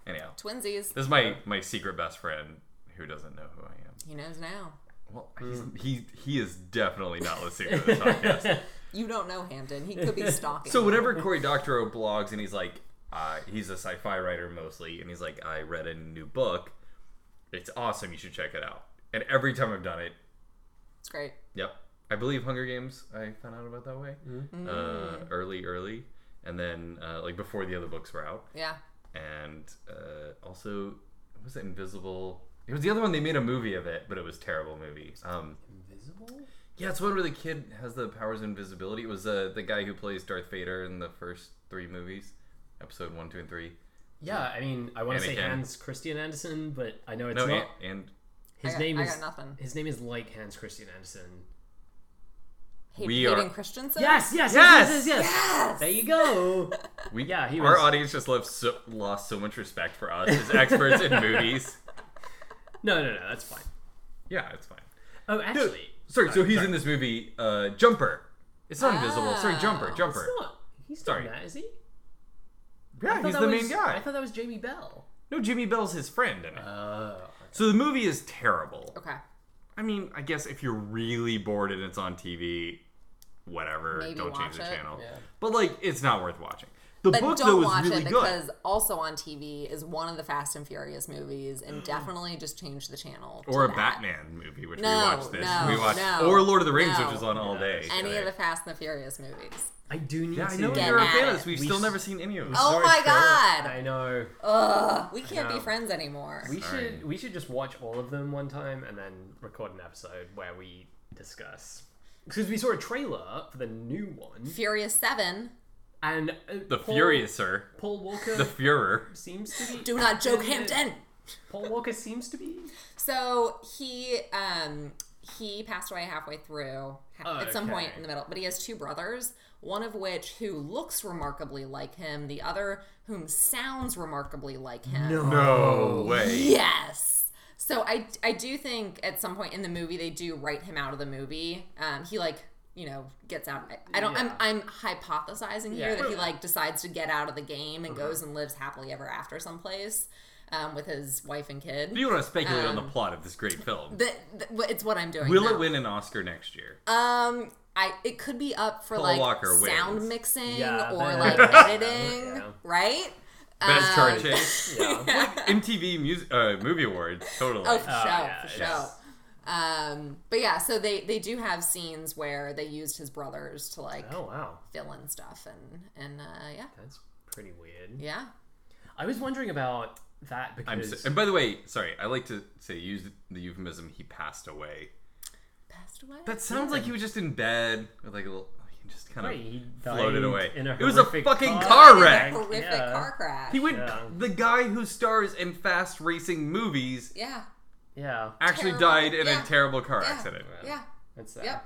anyhow.
Twinsies.
This is my my secret best friend who doesn't know who I am.
He knows now.
Well, he's, he he is definitely not listening to this podcast.
You don't know Hampton. He could be stalking.
So whenever Cory Doctorow blogs and he's like, uh, he's a sci-fi writer mostly, and he's like, I read a new book. It's awesome. You should check it out. And every time I've done it,
it's great.
yep, I believe Hunger Games. I found out about that way uh, early, early, and then uh, like before the other books were out,
Yeah.
and uh, also what was it Invisible? It was the other one. They made a movie of it, but it was a terrible movie. Um,
Invisible?
yeah, it's one where the kid has the powers of invisibility. It was uh, the guy who plays Darth Vader in the first three movies, episode one, two, and three.
Yeah, I mean, I want to say
Anakin.
Hans Christian Andersen, but I know it's
No,
not.
and, and
I
His
got,
name
I
is
got nothing.
his name is like Hans Christian Andersen.
Hey,
We are-
Hayden Christensen?
Yes, yes, yes,
Yes!
yes, yes, yes.
Yes!
There you go.
we
Yeah, he
our
was-
audience just left so, lost so much respect for us as experts in movies.
No, no, no, that's fine.
Yeah, it's fine.
Oh, actually,
Sorry, so he's in this movie, uh, Jumper. It's not invisible. Sorry, Jumper, Jumper.
he's Ah, not. He's
Sorry.
not that, is he? I
yeah,
thought
he's
that
the
was-
main
I
guy.
thought that was Jamie Bell.
No, Jimmy Bell's his friend in it.
Oh,
so the movie is terrible.
Okay.
I mean, I guess if you're really bored and it's on TV, whatever,
Maybe
don't change
watch
the
it.
channel.
Yeah.
But like, it's not worth watching. The
But
book though
don't
was
watch
really
it
good.
because also on TV is one of the Fast and Furious movies, and definitely just change the channel. to
Mm. or a
that.
Batman movie, which we
No,
watched this.
no,
we watched
no,
or Lord of the Rings,
no.
which was on all day.
Any
today.
of the Fast and the Furious movies.
I do need
Yeah,
to.
I know
Get
you're a
at
fan
it.
of this. We've
We
still
s-
never seen any of them.
Oh
Sorry,
my
Phil.
God.
I know.
Ugh, we can't be
know.
friends anymore.
We
Sorry.
should we should just watch all of them one time and then record an episode where we discuss because we saw a trailer for the new one
Furious Seven.
and uh,
The
Paul-
Furious, sir.
Paul Walker
The Fuhrer.
seems to be
Do not joke, Hampton.
Paul Walker seems to be
So he um he passed away halfway through ha- at some point
Okay.
in the middle, but he has two brothers, one of which who looks remarkably like him, the other whom sounds remarkably like him.
No way.
Yes. So I I do think at some point in the movie they do write him out of the movie. Um, he like you know gets out. I- I don't.
Yeah.
I'm I'm hypothesizing here
Yeah.
that he like decides to get out of the game and goes
Uh-huh.
and lives happily ever after someplace um, with his wife and kid.
Do you want to speculate on the plot of this great film?
Um, The, the, it's what I'm doing.
Will
now.
it win an Oscar next year?
Um, I it could be up for
Paul
like
Walker
sound
wins.
mixing
Yeah,
or
that-
like
yeah.
editing,
Yeah.
right?
Best car
Um,
chase.
yeah.
MTV Music uh, Movie Awards. Totally.
Oh, for
Oh,
show,
yeah,
for show.
yes.
Um, but yeah, so they they do have scenes where they used his brothers to like
oh wow
fill in stuff and and uh, yeah,
that's pretty weird
yeah.
I was wondering about that
I'm
because
so, and by the way, sorry, I like to say use the euphemism he passed away.
Passed away.
That sounds like he was just in bed with like a little. He just kind of
Right, he
floated
died
away.
in a
it was a
horrific
fucking
car
car
Like
wreck.
a horrific
yeah.
car crash.
He went.
Yeah.
The guy who stars in fast racing movies
yeah,
yeah
actually
Terrible.
died in
Yeah.
a terrible car
Yeah.
accident.
yeah,
that's that.
yep,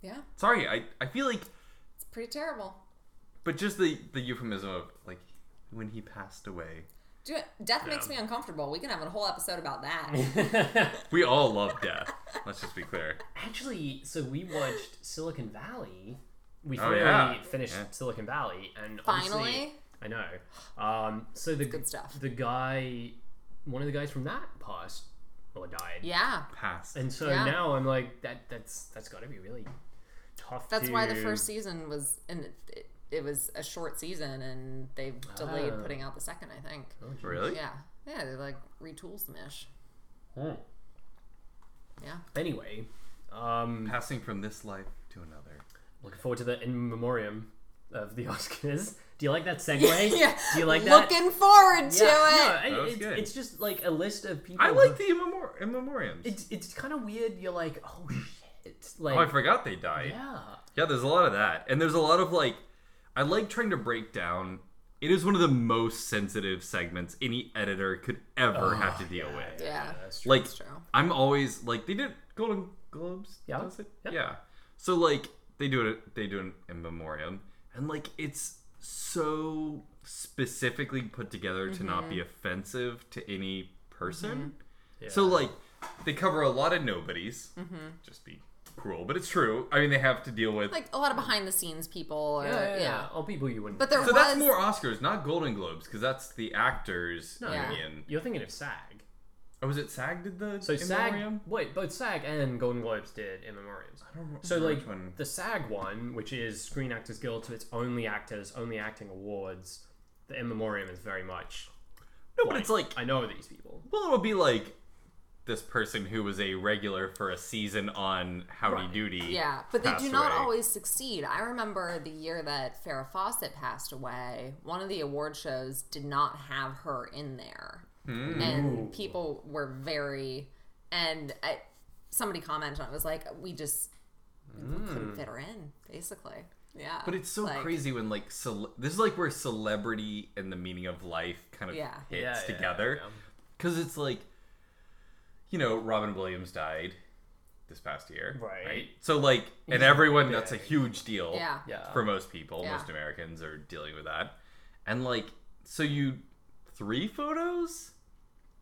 yeah.
Sorry, I, I feel like,
It's pretty terrible.
but just the the euphemism of like when he passed away.
Do it. Death makes me uncomfortable. We can have a whole episode about that.
We all love death. Let's just be clear.
Actually, so we watched Silicon Valley. We
Oh,
finally
yeah.
finished
Yeah.
Silicon Valley, and
Finally?
obviously- I know. Um, so the
good stuff.
The guy, one of the guys from that passed or died,
Yeah,
Passed.
and so
Yeah.
now I'm like, that that's that's got to be really tough.
that's why the
to-
first season was and it, it was a short season and they've delayed
Ah.
putting out the second. I think.
really?
Yeah, yeah. They like retool some ish.
Hmm.
Yeah.
Anyway, um,
Passing from this life to another.
looking forward to the in memoriam of the Oscars. Do you like that segue?
yeah.
Do you like that?
Looking forward to
No,
it.
That
I-
was
it's,
good.
it's just like a list of people.
I
who-
like the immemor- in memoriams.
It's it's kind of weird. You're like, oh shit, like
oh, I forgot they died.
yeah,
Yeah, there's a lot of that. And there's a lot of like I like trying to break down It is one of the most sensitive segments any editor could ever have to deal with.
Yeah.
that's true.
Like
That's true.
I'm always like they did Golden Globes.
Yeah.
does it?
Yeah.
Yeah. So like they do it. They do an in memoriam, and like it's so specifically put together to not
Mm-hmm.
be offensive to any person. So
Yeah.
like they cover a lot of nobodies.
Mm-hmm.
Just be cruel, but it's true. I mean, they have to deal with.
like a lot of behind the scenes people or
yeah,
yeah,
yeah, yeah. All people you wouldn't.
but there
so
was
that's more Oscars, not Golden Globes, because that's the actors
Yeah.
union.
you're thinking of SAG.
Oh, was it SAG did the
So
in
SAG,
memoriam?
wait, both SAG and Golden Globes did in memoriams. I
don't
So
remember
like
which one.
the SAG one, which is Screen Actors Guild, so it's only actors, only acting awards. The in memoriam is very much.
No, but it's like
I know these people.
Well, it'll be like this person who was a regular for a season on Howdy
Right.
Doody.
yeah but they do
passed
not
away.
always succeed i remember the year that farrah fawcett passed away one of the award shows did not have her in there
Hmm.
and people were very and I, somebody commented on it was like we just couldn't fit her in basically yeah
Mm. But it's so
Like,
crazy when like cele- this is like where celebrity and the meaning of life kind of
Yeah.
hits
Yeah, yeah,
together
yeah.
because it's like you know Robin Williams died this past year,
Right.
So like, and everyone that's a huge deal,
Yeah.
Yeah.
for most people,
Um, Yeah.
most Americans are dealing with that, and like, so you three photos,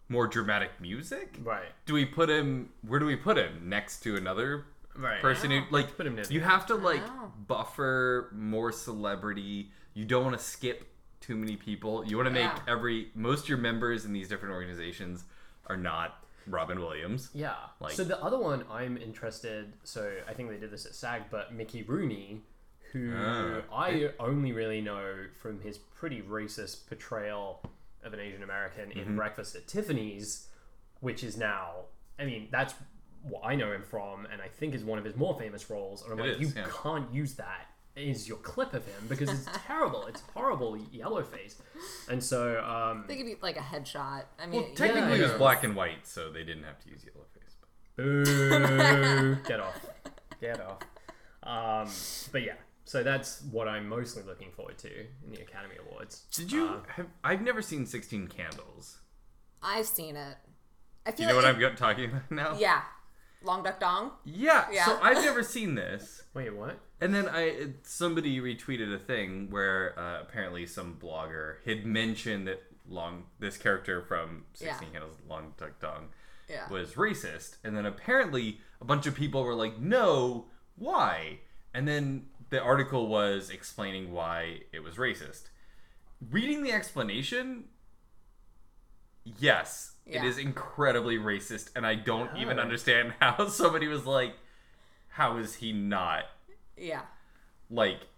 more dramatic music,
Right.
do we put him where do we put him next to another
Right.
person who
Wow.
like
Put him near the
you
end.
have to like
Wow.
buffer more celebrity you don't want to skip too many people you want to
Yeah.
make every most of your members in these different organizations are not robin williams
Yeah.
Like-
so the other one I'm interested. So I think they did this at SAG, but Mickey Rooney, who
Ah.
I only really know from his pretty racist portrayal of an Asian American
Mm-hmm.
in Breakfast at Tiffany's, which is now, I mean, that's what I know him from, and I think is one of his more famous roles. And I'm
It is,
like, you
yeah.
can't use that as your clip of him because it's terrible. It's horrible yellow face, and so um,
they give you like a headshot i mean
well technically it was
yeah.
black and white so they didn't have to use yellow face but
Boo! Get off. Get off. Um, but yeah, so that's what I'm mostly looking forward to in the Academy Awards.
did you have, i've never seen 16 candles
i've seen it i feel
you know
like
what i'm go-
it-
talking about now
yeah long duck dong
yeah,
Yeah.
so i've never seen this
Wait, what?
And then I it- somebody retweeted a thing where uh, apparently some blogger had mentioned that long this character from Sixteen Candles Long Duck Dong
yeah
was racist, and then apparently a bunch of people were like, "No, why?" And then the article was explaining why it was racist. Reading the explanation, yes,
Yeah.
it is incredibly racist, and I don't even
Oh.
understand how somebody was like, "How is he not?"
yeah
like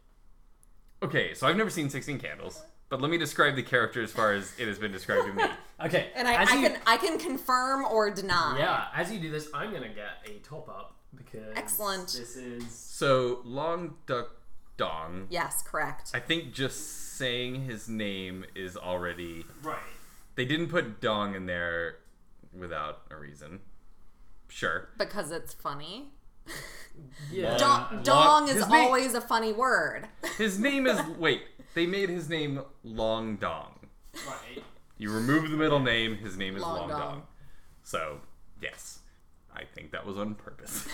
okay so i've never seen 16 candles but let me describe the character as far as it has been described to me
Okay,
And I,
as
I
you,
can I can confirm or deny.
yeah, as you do this, I'm gonna get a top up because
Excellent.
This is
so long duck dong
Yes, correct.
i think just saying his name is already
right.
they didn't put dong in there without a reason sure
Because it's funny.
Yeah.
Dong,
Uh, Long-
dong is
his name-
always a funny word.
his name is wait they made his name long dong
Right.
you remove the middle name his name is
Long
long,
Dong.
dong so yes i think that was on purpose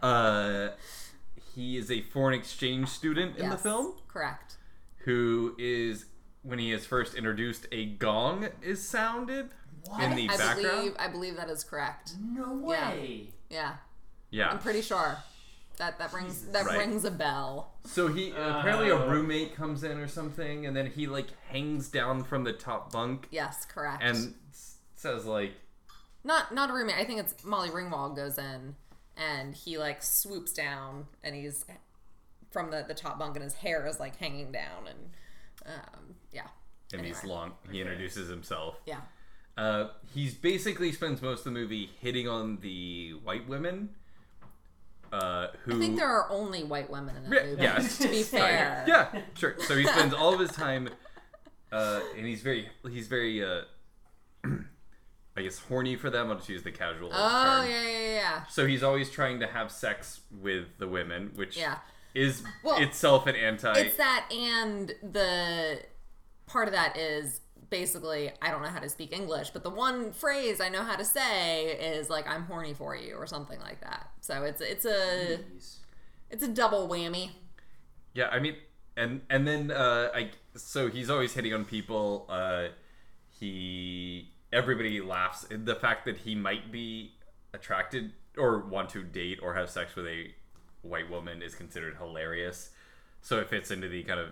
uh he is a foreign exchange student in the
Yes,
film
Correct.
who is when he is first introduced a gong is sounded in the
I
background
believe I believe that is correct.
No
Yeah.
way.
Yeah.
yeah
I'm pretty sure. That that rings that
Right.
rings a bell.
so he apparently a
Oh.
roommate comes in or something and then he like hangs down from the top bunk
Yes, correct.
and s- says like
not not a roommate. I think it's Molly Ringwald goes in and he like swoops down and he's from the, the top bunk and his hair is like hanging down and um, yeah.
and he's
Anyway.
long he introduces himself
Yeah.
Uh, he's basically spends most of the movie hitting on the white women. Uh, who?
I think there are only white women in that
Yeah,
movie.
yes.
To be fair.
yeah, sure. So he spends all of his time, uh, and he's very, he's very, uh, I guess, horny for them. I'll just use the casual
Oh
term.
yeah, yeah, yeah, yeah.
So he's always trying to have sex with the women, which
Yeah.
is
Well,
itself an anti.
It's that and the part of that is basically I don't know how to speak English, but the one phrase I know how to say is like I'm horny for you or something like that. So it's it's a
Jeez.
it's a double whammy.
Yeah, I mean, and and then uh, I so he's always hitting on people. Uh, he everybody laughs at the fact that he might be attracted or want to date or have sex with a white woman is considered hilarious. So it fits into the kind of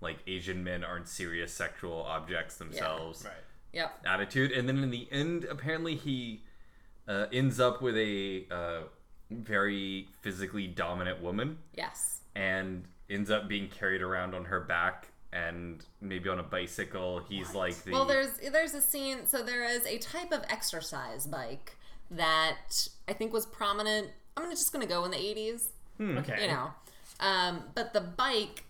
like Asian men aren't serious sexual objects themselves
Right.
Yep.
attitude. And then in the end, apparently he uh, ends up with a uh, very physically dominant woman
Yes.
and ends up being carried around on her back and maybe on a bicycle. He's like the
Well, there's there's a scene. So there is a type of exercise bike that I think was prominent. I'm gonna- just going to go in the 80s,
Okay.
you know. Um, but the bike,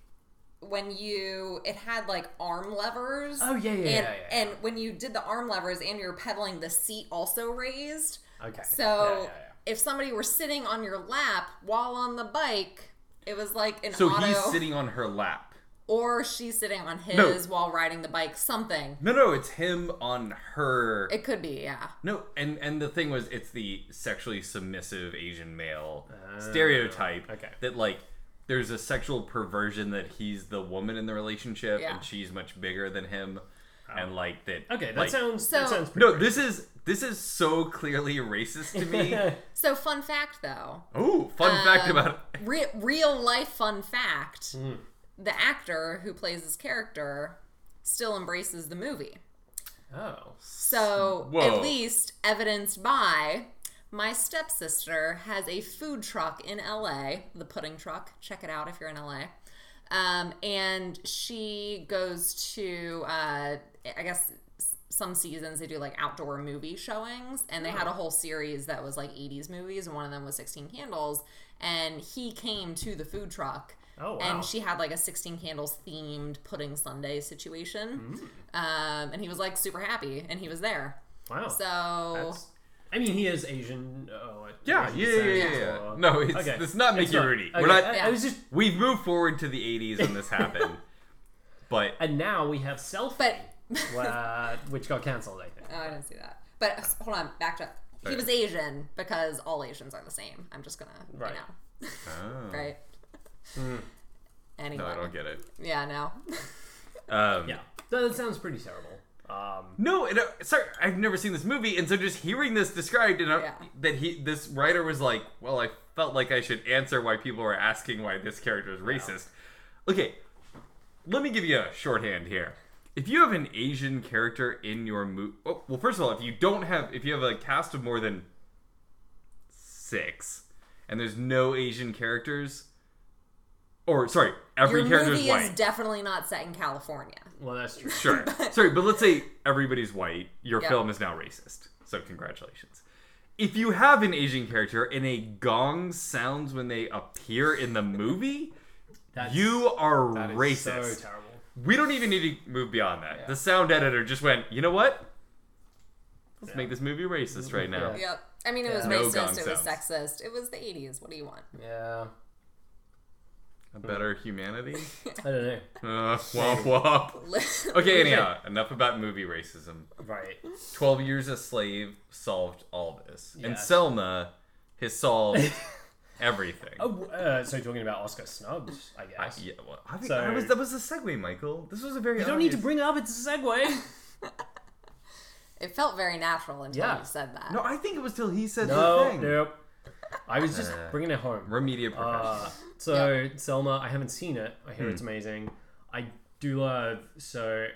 when you it had like arm levers.
Oh yeah, yeah, yeah.
and,
yeah, yeah.
and when you did the arm levers and you're pedaling, the seat also raised.
okay.
So
Yeah, yeah, yeah.
if somebody were sitting on your lap while on the bike, it was like an
so
auto,
he's sitting on her lap.
or she's sitting on his while riding the bike. Something
No, no, it's him on her.
it could be, yeah.
no, and and the thing was, it's the sexually submissive Asian male stereotype
Ah, okay.
that like there's a sexual perversion that he's the woman in the relationship
Yeah.
and she's much bigger than him, and like that.
Okay, that
like-
sounds
So-
that sounds pretty
No, this is this is so clearly racist to me.
So fun fact though,
oh, fun
Um,
fact about
re- real life fun fact:
Mm-hmm.
the actor who plays this character still embraces the movie.
Oh.
So
Whoa.
at least evidenced by my stepsister has a food truck in LA, the pudding truck. Check it out if you're in LA. Um, and she goes to, uh, I guess, s- some seasons they do like outdoor movie showings, and they had a whole series that was like 80s movies, and one of them was 16 Candles. And he came to the food truck.
Oh, wow.
And she had like a 16 candles themed pudding Sunday situation.
Hmm.
Um, and he was like super happy and he was there.
Wow.
So,
That's- I mean, he is Asian. Oh,
Yeah,
Asian
yeah, yeah,
descent,
yeah, yeah.
so-
No, it's,
Okay.
it's not Mickey
It's not-
Rooney.
okay,
We're not.
I,
Yeah.
I was just,
We've moved forward to the '80s when this happened, but
and now we have selfie,
but
Wha- which got cancelled, I think.
oh, I didn't see that. But hold on, back to he
Okay.
was Asian because all Asians are the same. I'm just gonna,
Right.
you know,
Oh.
right?
Hmm.
anyway,
no, I don't get it.
yeah, no,
Um,
Yeah, No, that sounds pretty terrible. Um,
No, and, uh, sorry, I've never seen this movie, and so just hearing this described, and I,
Yeah.
that he, this writer was like, "Well, I felt like I should answer why people are asking why this character is racist." Okay, let me give you a shorthand here. If you have an Asian character in your movie, oh, well, first of all, if you don't have, if you have a cast of more than six, and there's no Asian characters, or sorry, every
your
character
movie
is white.
is definitely not set in California.
well, that's true.
Sure. Sorry, but let's say everybody's white. Your
Yeah.
film is now racist. So congratulations. If you have an Asian character and a gong sounds when they appear in the movie,
That's,
you are
that is
racist.
So terrible.
we don't even need to move beyond that. The sound editor just went, you know what? Let's make this movie racist right now.
Yep. I mean, it was
Yeah.
No
racist.
gong
It was
sounds.
sexist. It was the 80s. What do you want?
Yeah,
A better humanity?
I don't know.
uh, womp womp. Okay, anyhow, enough about movie racism.
Right.
12 Years a Slave solved all this. And
Yes.
Selma has solved everything.
Oh, uh, so talking about Oscar snubs, I
I,
guess.
yeah, well, I think
So-
I was, that was a segue, Michael. This was a very.
You don't need to bring it up. It's a segue.
It felt very natural until
Yeah.
you said that.
No, I think it was till he said the
no,
thing. Uh,
nope. I was just bringing it home.
We're media
Uh,
professionals.
so Selma, I haven't seen it. I hear it's
Hmm.
amazing. I do love so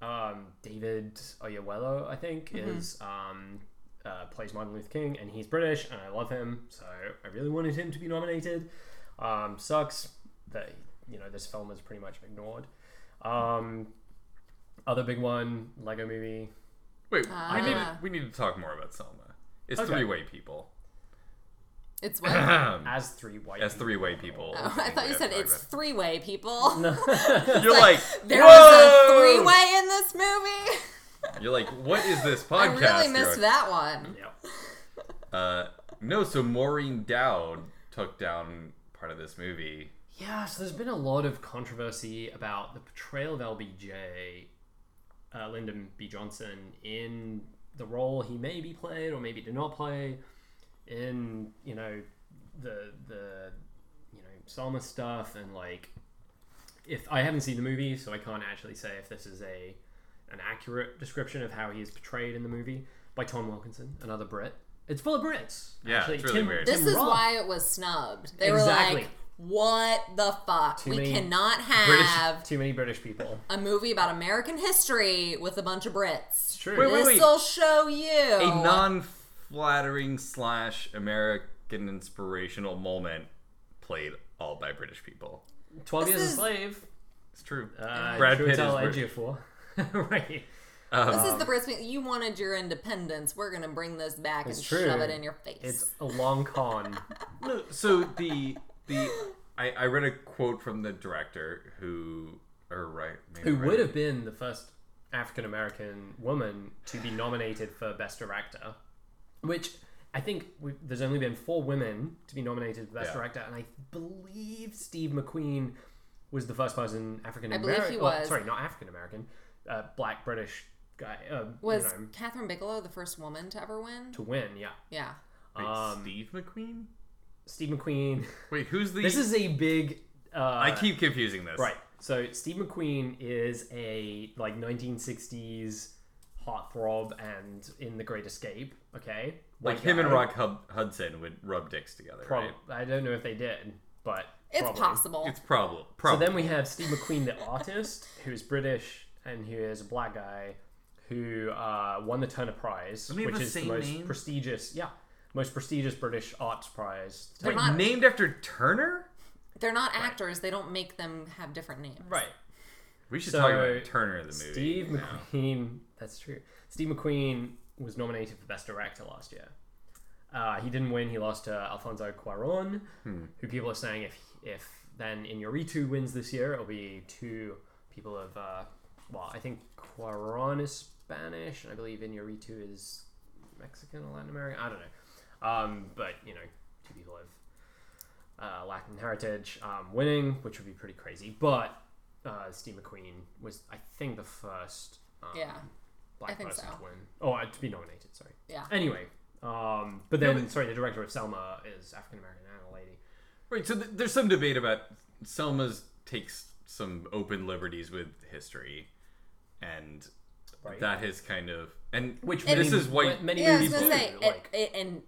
um, David Oyelowo, I think, is um, uh, plays Martin Luther King, and he's British, and I love him. So I really wanted him to be nominated. Um, sucks that you know this film is pretty much ignored. Um, other big one, Lego Movie.
Wait, we, need to,
Ah.
we need to talk more about Selma. It's
Okay.
three white people.
It's what?
As three white.
Hmm. As three white people.
Oh, I thought you
Yeah,
said
sorry
it's
about
three way, people.
it. You're like,
There was a
whoa!
three way in this movie.
You're like, what is this
I
podcast?
really
You're like,
missed that one.
Yeah.
Uh, no, so Maureen Dowd took down part of this movie.
Yeah, so there's been a lot of controversy about the portrayal of LBJ, uh, Lyndon B. Johnson, in the role he maybe played or maybe did not play in, you know, the the you know Selma stuff and like if I haven't seen the movie, so I can't actually say if this is a an accurate description of how he is portrayed in the movie by Tom Wilkinson, another Brit. It's full of Brits.
Yeah,
actually.
it's really
Tim-
weird.
This
Tim
is
Roth-
why it was snubbed. They were
Exactly.
like, "What the fuck?
Too
we
many
cannot have
too many British people.
a movie about American history with a bunch of Brits.
True.
Wait, wait, wait.
This'll show you."
Oh,
a non-flattering slash American inspirational moment played all by British people.
Twelve
This
Years
is-
a Slave.
It's true.
Uh,
Brad
True
Pitt
Tell
is British.
Edgefor. right.
Um,
this is the Brits. You wanted your independence. We're gonna bring this back and
It's true.
shove it in your face.
It's a long con.
No, so the the I, I read a quote from the director who or right maybe
Who
right-
would have been the first African American woman to be nominated for Best Director, which I think we, there's only been four women to be nominated for Best
Yeah.
Director, and I believe Steve McQueen was the first person African
I believe
American.
he was.
sorry, not African American, uh, black British guy uh,
was
you know,
Catherine Bigelow the first woman to ever win?
to win. Yeah,
yeah.
Wait,
um,
Steve McQueen.
Steve McQueen.
Wait, who's the?
This is a big. Uh,
I keep confusing this.
Right. So Steve McQueen is a like 1960s heartthrob and in The Great Escape. Okay.
like
White
him and
guy.
Rock Hub- Hudson would rub dicks together.
Prob-
right?
I don't know if they did, but
It's
probably.
possible.
It's probably
So
probably.
then we have Steve McQueen, the artist, who is British and who is a black guy, who uh, won the Turner Prize,
we have
which
the
is the
same
most
name?
prestigious, yeah, most prestigious British arts prize.
They're
Wait,
not-
named after Turner.
They're not actors. They don't make them have different names.
Right.
We should
So,
talk about Turner the movie.
Steve
now.
McQueen. That's true. Steve McQueen was nominated for Best Director last year. Uh, he didn't win. He lost to Alfonso Cuarón,
Hmm.
who people are saying if if then Inarritu wins this year, it'll be two people of. Uh, well, I think Cuarón is Spanish, and I believe Inarritu is Mexican or Latin American. I don't know, um, but you know, two people of uh, Latin heritage um, winning, which would be pretty crazy. But uh, Steve McQueen was, I think, the first um,
Yeah.
black
I think
person
so.
to win. Oh, uh, to be nominated, sorry.
Yeah.
Anyway, um, but then, sorry, the director of Selma is African American and a lady.
Right, so th- there's some debate about Selma's takes some open liberties with history, and
Right.
that has kind of and
Which
this
many-
is white.
many
Yeah, I was
movies
gonna
do.
say,
like,
it, it, and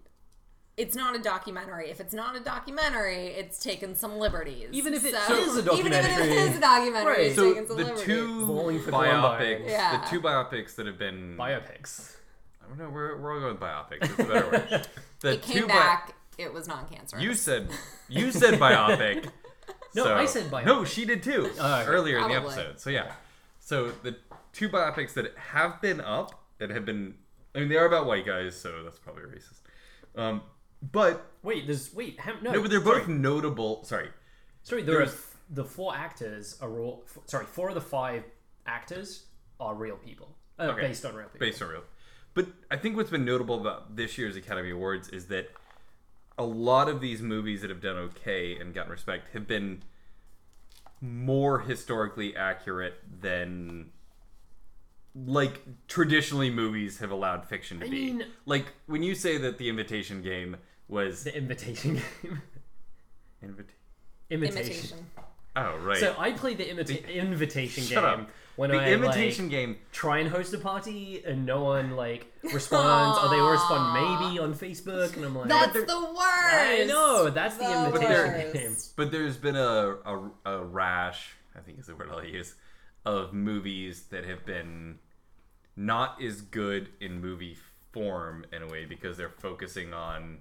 it's not a documentary. If it's not a documentary, it's taken some liberties.
Even if it
So-
is a
even if
documentary.
it is a documentary,
Right.
it's
so
taken some
the
liberties.
two
Bowling for
biopics,
Columbine.
Yeah.
the two biopics that have been
biopics.
I don't know, we're we're all going with biopics. It's a better word. The
it came
bi-
back. It was non-cancerous.
you said you said biopic.
No,
so-
I said biopic.
No, she did too
Oh, okay.
earlier in the
Probably.
episode. So yeah, so the two biopics that have been up that have been, I mean, they are about white guys, so that's probably racist. Um, but
Wait, there's wait. How, no,
no, but they're both
Sorry,
notable. Sorry,
sorry there
there's-
are the four actors are all. f- sorry, four of the five actors are real people. Uh,
Okay.
Based on real people.
based on real. But I think what's been notable about this year's Academy Awards is that a lot of these movies that have done okay and gotten respect have been more historically accurate than like traditionally movies have allowed fiction to
I
be.
mean-
like when you say that the Invitation Game was
The Imitation Game.
invita-
imitation.
imitation.
oh right,
So I played the, imita- Invitation
shut
Game
up.
when
the
I
Imitation
like,
Game
try and host a party and no one like responds, or they all respond maybe on Facebook, and I'm like,
That's the worst. I
I know that's the, Imitation Game.
But there's been a, a, a rash, I think is the word I'll use, of movies that have been not as good in movie form in a way because they're focusing on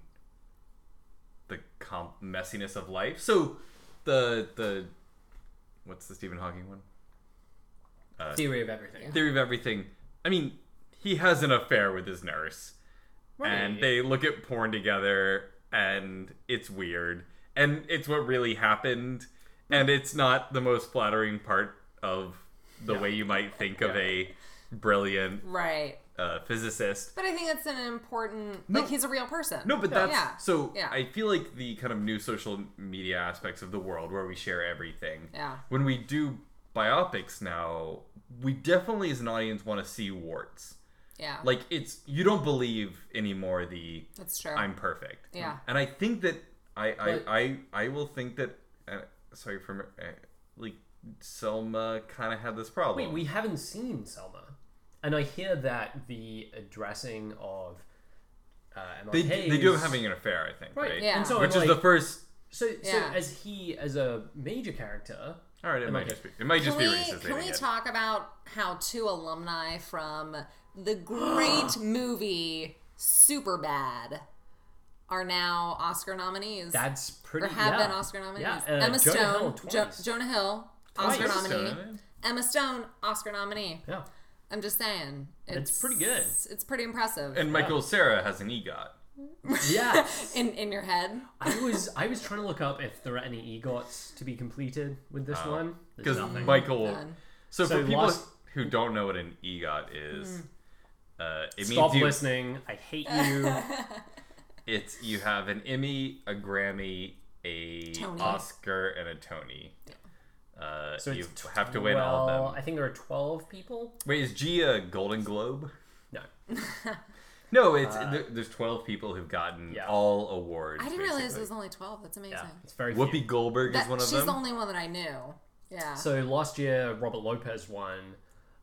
the comp- messiness of life. So the the what's the Stephen Hawking one?
Theory of everything.
Theory of Everything. I mean, he has an affair with his nurse. And they look at porn together and it's weird. And it's what really happened.
Hmm.
And it's not the most flattering part of the way you might think of a brilliant
Right.
uh, physicist.
But I think that's an important.
No.
Like he's a real person.
No, but that's
Yeah.
so.
Yeah.
I feel like the kind of new social media aspects of the world where we share everything.
Yeah.
When we do biopics now, we definitely as an audience want to see warts.
yeah,
Like it's you don't believe anymore the
that's true.
I'm perfect.
Yeah.
And I think that I I
But-
I, I will think that uh, sorry for uh, like Selma kind of had this problem.
Wait, we haven't seen Selma, and I hear that the addressing of uh, Emma
they,
Hayes,
they do have having an affair, I think. Right.
right,
Yeah.
And so,
Which
I'm
is
like-
the first.
so,
Yeah.
so as he as a major character,
All right, it might
okay.
just be it might
can
just
we
be racist.
can we
hating it.
talk about how two alumni from the great movie Superbad are now Oscar nominees?
that's pretty.
or have
yeah.
been Oscar nominees.
Yeah, uh,
Emma
Jonah Hill
Stone, Jo-
twice.
Jonah Hill,
Twice.
Oscar
Emma Stone,
nominee.
eh?
Emma Stone, Oscar nominee.
Yeah,
I'm just saying, it's,
pretty good.
It's pretty impressive.
And Michael Sarah has an EGOT.
yeah.
in in your head,
I was I was trying to look up if there are any egots to be completed with this one. There's
Because
nothing.
Michael.
None.
So,
So
for people
lost-
who don't know what an EGOT is,
Mm.
uh, it
Stop
means you,
listening. I hate you.
it's you have an Emmy, a Grammy, a
Tony.
Oscar, and a Tony. Uh,
So
you
it's
have to win all
Well,
of
I
them.
think there are twelve people.
Wait, is G a Golden Globe?
No,
No, it's there, there's 12 people who've gotten
Uh, yeah.
all awards.
I didn't
basically.
realize it was only twelve. That's amazing.
yeah, it's very few.
Whoopi Goldberg is
That,
one of
she's
them.
the only one that I knew. Yeah.
So last year, Robert Lopez won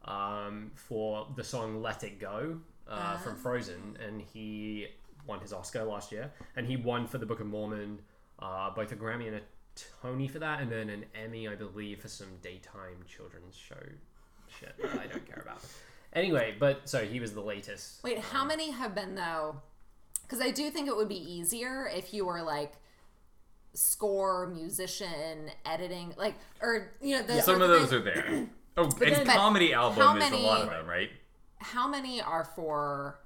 um, for the song "Let It Go" uh,
Ah.
from Frozen, and he won his Oscar last year, and he won for the Book of Mormon, uh, both a Grammy and a Tony for that, and then an Emmy, I believe, for some daytime children's show shit that I don't care about. Anyway, but so he was the latest.
Wait, how many have been though? Because I do think it would be easier if you were like score, musician, editing, like, or you know, the,
Some
or
of
the-
those are there. Oh,
then-
and
But
comedy
how
album is a lot of
many-
them, right?
How many are for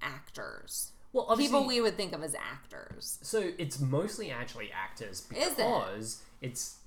actors?
Well, obviously,
People we would think of as actors.
So it's mostly actually actors
Is it?
because it's.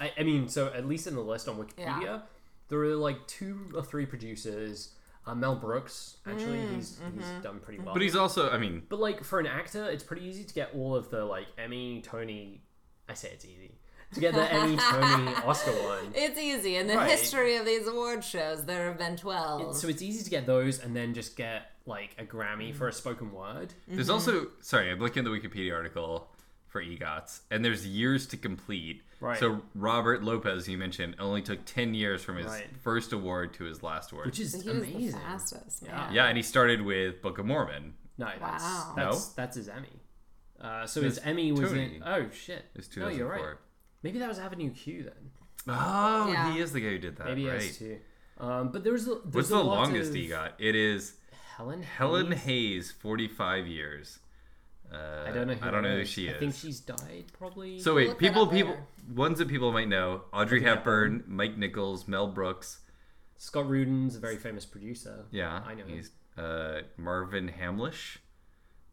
I, I mean, so at least in the list on Wikipedia,
Yeah.
there are like two or three producers. Uh, Mel Brooks, actually,
Mm,
he's,
mm-hmm.
he's done pretty well.
But he's also, I mean,
But, like for an actor, it's pretty easy to get all of the like Emmy, Tony. I say it's easy to get the Emmy, Tony, Oscar one.
It's easy in the
Right.
history of these award shows. There have been twelve.
So it's easy to get those and then just get like a Grammy for a spoken word.
Mm.
There's also sorry, I'm looking at the Wikipedia article for E EGOTs, and there's years to complete.
Right.
So Robert Lopez, you mentioned, only took ten years from his
Right.
first award to his last award.
Which is
he was
amazing.
the fastest. man.
yeah, and he started with Book of Mormon.
No, that's
Wow.
that's, that's his Emmy. Uh, so his Emmy was in.
Tony.
Oh shit!
It's
no,
2004.
you're right. Maybe that was Avenue Q then.
Oh,
Yeah.
he is the guy who did that.
Maybe
right.
it was too. Um, but there was a, there
What's
was a
the
lot
longest
of
EGOT? It is
Helen.
Helen
Hayes?
Hayes, 45 years. Uh,
I don't know. Who
I don't
that
know who
is.
she is.
I think she's died probably.
So
We'll
wait,
look that
people,
up
people,
later.
ones that people might know: Audrey Hepburn, Mike Nichols, Mel Brooks.
Scott Rudin's a very famous producer.
Yeah,
I know him.
He's uh, Marvin Hamlish.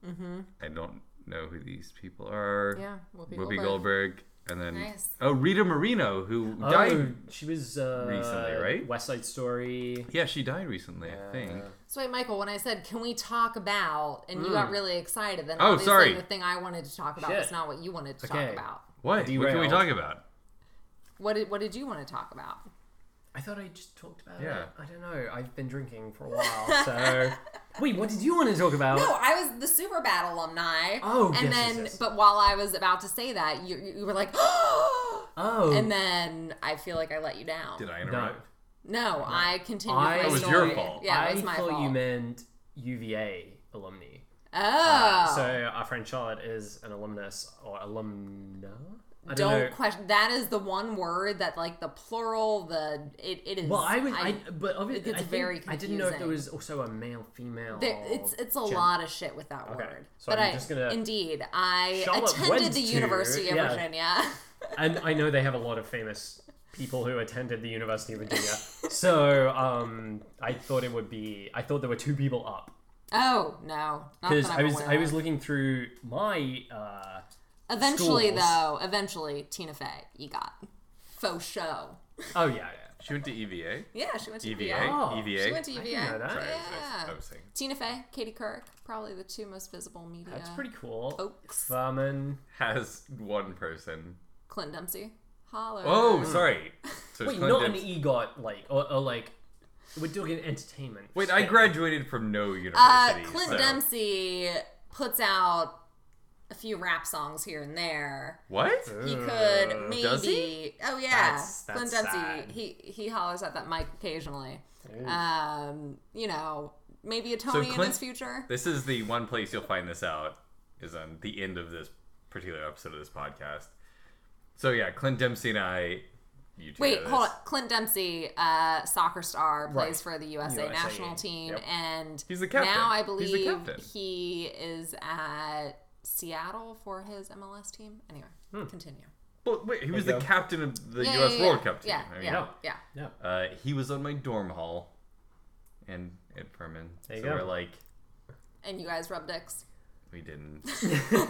Mm-hmm. I don't know who these people are.
Yeah, Whoopi
Whoopi Goldberg.
Goldberg.
and then
Nice.
oh, Rita Moreno, who
Oh,
died.
she was uh,
recently, right?
West Side Story.
Yeah, she died recently, I think.
Uh,
So wait, Michael, when I said can we talk about and you got really excited, then
Oh,
obviously
sorry.
the thing I wanted to talk about
Mm. Shit.
was not what you wanted to
Okay.
talk about.
What? What can we
Derailed.
talk about?
What did what did you want to talk about?
I thought I just talked about
Yeah.
it. I don't know. I've been drinking for a while, so. Wait, what did you want to talk about?
No, Oh, I was the Super Bad alumni.
Oh,
and
yes, yes,
then
yes.
but while I was about to say that, you you were like, oh,
Oh,
and then I feel like I let you down.
Did I
no.
interrupt?
No, I continued
I-
my
That
was
story.
your fault.
Yeah,
I
it was my
thought
fault.
you meant UVA alumni.
oh,
So our friend Charlotte is an alumnus or alumna. I don't,
don't,
know.
question. That is the one word that like the plural. The it, it is.
well, I would, I, but obviously,
gets
I, think-
very
I didn't know if there
confusing.
was also a male, female.
There, it's it's a
gen-
lot of shit with that word.
Oh, so
but
I'm
i
just gonna-
indeed I
Charlotte
attended
went
the
to-
University of
yeah.
Virginia.
And I know they have a lot of famous people who attended the University of Virginia. so um, I thought it would be. I thought there were two people up
oh no, not
because
that I'm
I was,
aware
I was
of.
looking through my. Uh,
Eventually
schools.
though, eventually Tina Fey, you got faux show.
Oh yeah, yeah.
She went to E EVA.
Yeah, she went to
EVA.
UVA.
Oh,
EVA.
She went to
I
UVA.
didn't know that.
E Sorry,
Yeah.
I, was, I was saying.
Tina Fey, Katie Couric, probably the two most visible media.
That's pretty cool.
Oaks.
Furman.
Has one person.
Clint Dempsey. Holler.
Oh, sorry. So it's
Wait,
Clint
not
E
Dempsey.
an E EGOT, like, or, or like, we're doing entertainment.
Wait, I
Fair.
graduated from no university.
Uh, Clint
so-
Dempsey puts out a few rap songs here and there.
What?
He could maybe.
does he?
Oh yeah,
That's- that's
Clint Dempsey.
sad.
He he hollers at that mic occasionally. Um, you know, maybe a Tony in
Clint-
his future.
This is the one place you'll find this out is on the end of this particular episode of this podcast. So yeah, Clint Dempsey and I. You two
Wait,
know
hold on.
this.
Clint Dempsey, uh, soccer star, plays
Right.
for the USA,
USA,
national team,
yep.
and
He's the captain.
now I
He's the
believe
captain.
he is at Seattle for his MLS team. Anyway, continue.
Well, wait, he was
you
the
go.
captain of Hmm. the
Yeah,
U.S.
yeah, yeah,
World Cup team.
Yeah,
I mean,
yeah,
no.
yeah.
Yeah.
Uh, he was on my dorm hall, and at Furman.
There you
so
go.
we're like,
And you guys rub dicks.
we didn't. we,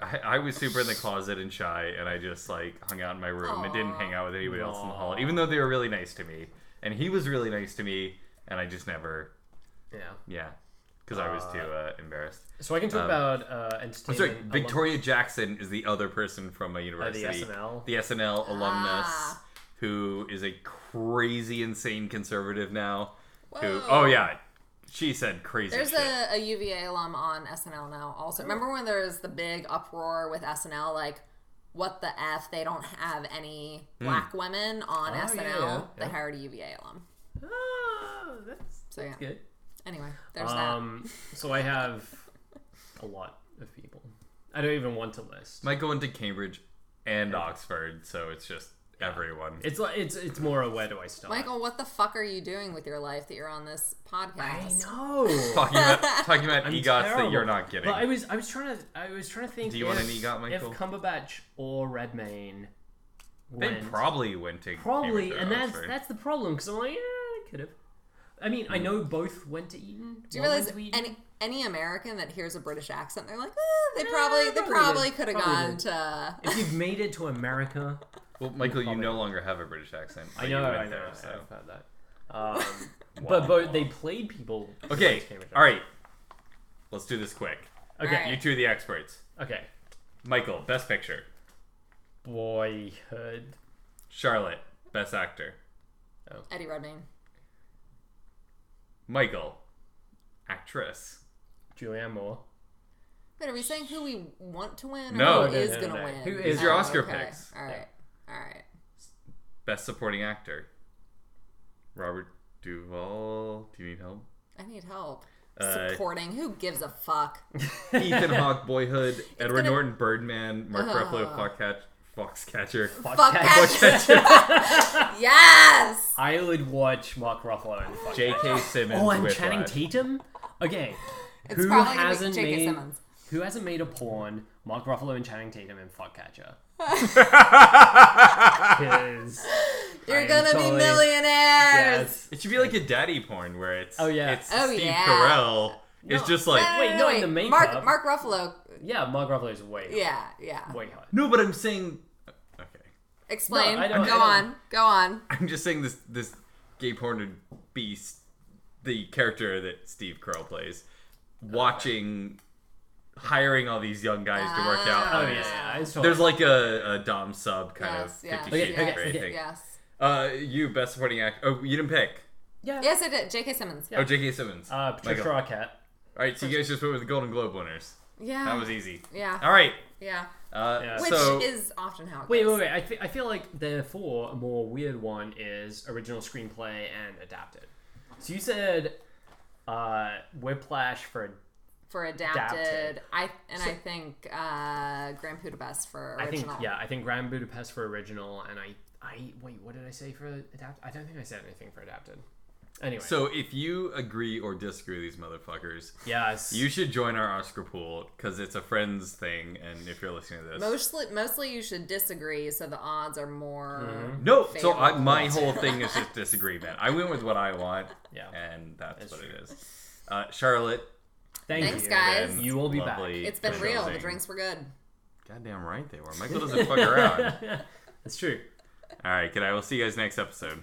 I, I was super in the closet and shy, and I just like hung out in my room and didn't
Aw.
hang out with anybody else in the hall,
Aw.
even though they were really nice to me, and he was really nice to me, and I just never,
Yeah.
yeah, because I was too uh, embarrassed.
So I can talk about uh, entertainment.
Um, Sorry,
alum-
Victoria Jackson is the other person from my
uh, the
university.
SNL.
the SNL alumnus
Ah.
who is a crazy, insane conservative now. Who?
Whoa.
Oh yeah, she said crazy.
There's
shit.
a, a UVA alum on SNL now. Also, remember when there was the big uproar with SNL, like, what the f? They don't have any black women on
yeah,
SNL.
yeah,
They
yeah.
hired a UVA alum.
Ah,
Oh, that's,
So yeah.
good.
Anyway, there's
Um, so I have a lot of people. I don't even want to list.
Michael went to Cambridge and Oxford, so it's just everyone.
It's like it's it's more a where do I
that.
start?
Michael, what the fuck are you doing with your life that you're on this
I
podcast?
know.
talking about talking about E
I'm
egots that
terrible.
you're not getting.
But I was I was trying to I was trying to think.
Do you
if,
want an E EGOT, Michael?
If Cumberbatch or Redmayne
they
went,
probably went to
probably,
Cambridge or
and that's
Oxford.
that's the problem because I'm like, yeah, I could have. I mean, I know both went to Eton.
Do you
one
realize
went to Eton.
any any American that hears a British accent, they're like, eh, they probably they
probably
probably
did.
could have
Probably
gone
did.
to.
If you've made it to America,
well, Michael, you
probably.
no longer have a British accent. but
I
you
know,
went
I know,
there,
I've
so.
heard that. Um,
Wow.
but but they played people. who
Okay,
went to Cambridge.
all right. Let's do this quick.
Okay,
All
You
right.
two are the experts.
okay.
Michael, best picture.
Boyhood.
Charlotte, best actor.
Eddie Redmayne,
Michael, actress.
Julianne Moore.
Wait, are we saying who we want to win? Or
No.
who
No, no,
is
no,
gonna
no.
win? Oh,
Who
is your Oscar picks?
All right, all right.
Best supporting actor. Robert Duvall. Do you need help?
I need help.
Uh,
Supporting. Who gives a fuck?
Ethan Hawke, Boyhood. Edward
gonna- Ah.
Norton, Birdman. Mark Ruffalo, Foxcat- Foxcatcher.
Fuck yes.
I would watch Mark Ruffalo. And fuck
J.K. Simmons.
oh, and
Whiplash.
Channing Tatum. Okay,
It's
who
probably gonna be
hasn't
J.K.
made
Simmons.
who hasn't made a porn? Mark Ruffalo and Channing Tatum and Fuckcatcher. Because
You're
am
gonna be
totally-
millionaires.
yes.
It should be like a daddy porn where it's
Oh, yeah.
it's
Oh,
Steve
yeah.
Carell. It's
No.
just like
Wait, no, in the
Mark
makeup.
Mark Ruffalo.
yeah, Mark Ruffalo is way hot,
Yeah, yeah.
way hot.
no, but I'm saying okay.
Explain.
No, I don't- I
go
don't-
on. Go on.
I'm just saying this this gay porn beast, the character that Steve Carell plays, watching, hiring all these young guys to work out.
Ah.
Oh
on
yeah,
his-
yeah, it's totally-
There's like a, a Dom sub kind
Yes,
of
yes,
Fifty
Okay,
Shades
okay,
of Grey
okay.
thing.
Yes.
Uh, you best supporting act. Oh, you didn't pick.
yeah.
Yes, I did. J.K. Simmons.
Oh, J.K. Simmons.
Uh, Patricia
Michael. All
Arquette.
right, so you guys just went with the Golden Globe winners.
Yeah.
That was easy.
Yeah.
All right.
Yeah.
Uh,
Yeah.
Which
so
is often how it
Wait,
goes.
wait, wait. I, fe- I feel like therefore a more weird one is original screenplay and adapted. So you said uh, Whiplash for
For adapted,
Adapted.
I and I think uh, Grand Budapest for
I think
original.
yeah, I think Grand Budapest for original, and I I wait, what did I say for adapted? I don't think I said anything for adapted. Anyway,
so if you agree or disagree with these motherfuckers,
yes,
you should join our Oscar pool because it's a friends thing. And if you're listening to this,
Mostly, mostly you should disagree, so the odds are more.
Mm-hmm.
No, so
favorable.
I, my whole thing is just disagreement. I went with what I want,
Yeah.
and that's,
That's
what
true.
it is. Uh, Charlotte,
thank
Thanks,
you.
guys.
and
You will be back.
lovely
It's been real. The
conversing.
drinks were good.
Goddamn right they were. Michael doesn't fuck around.
That's true.
All right, good. I will see you guys next episode.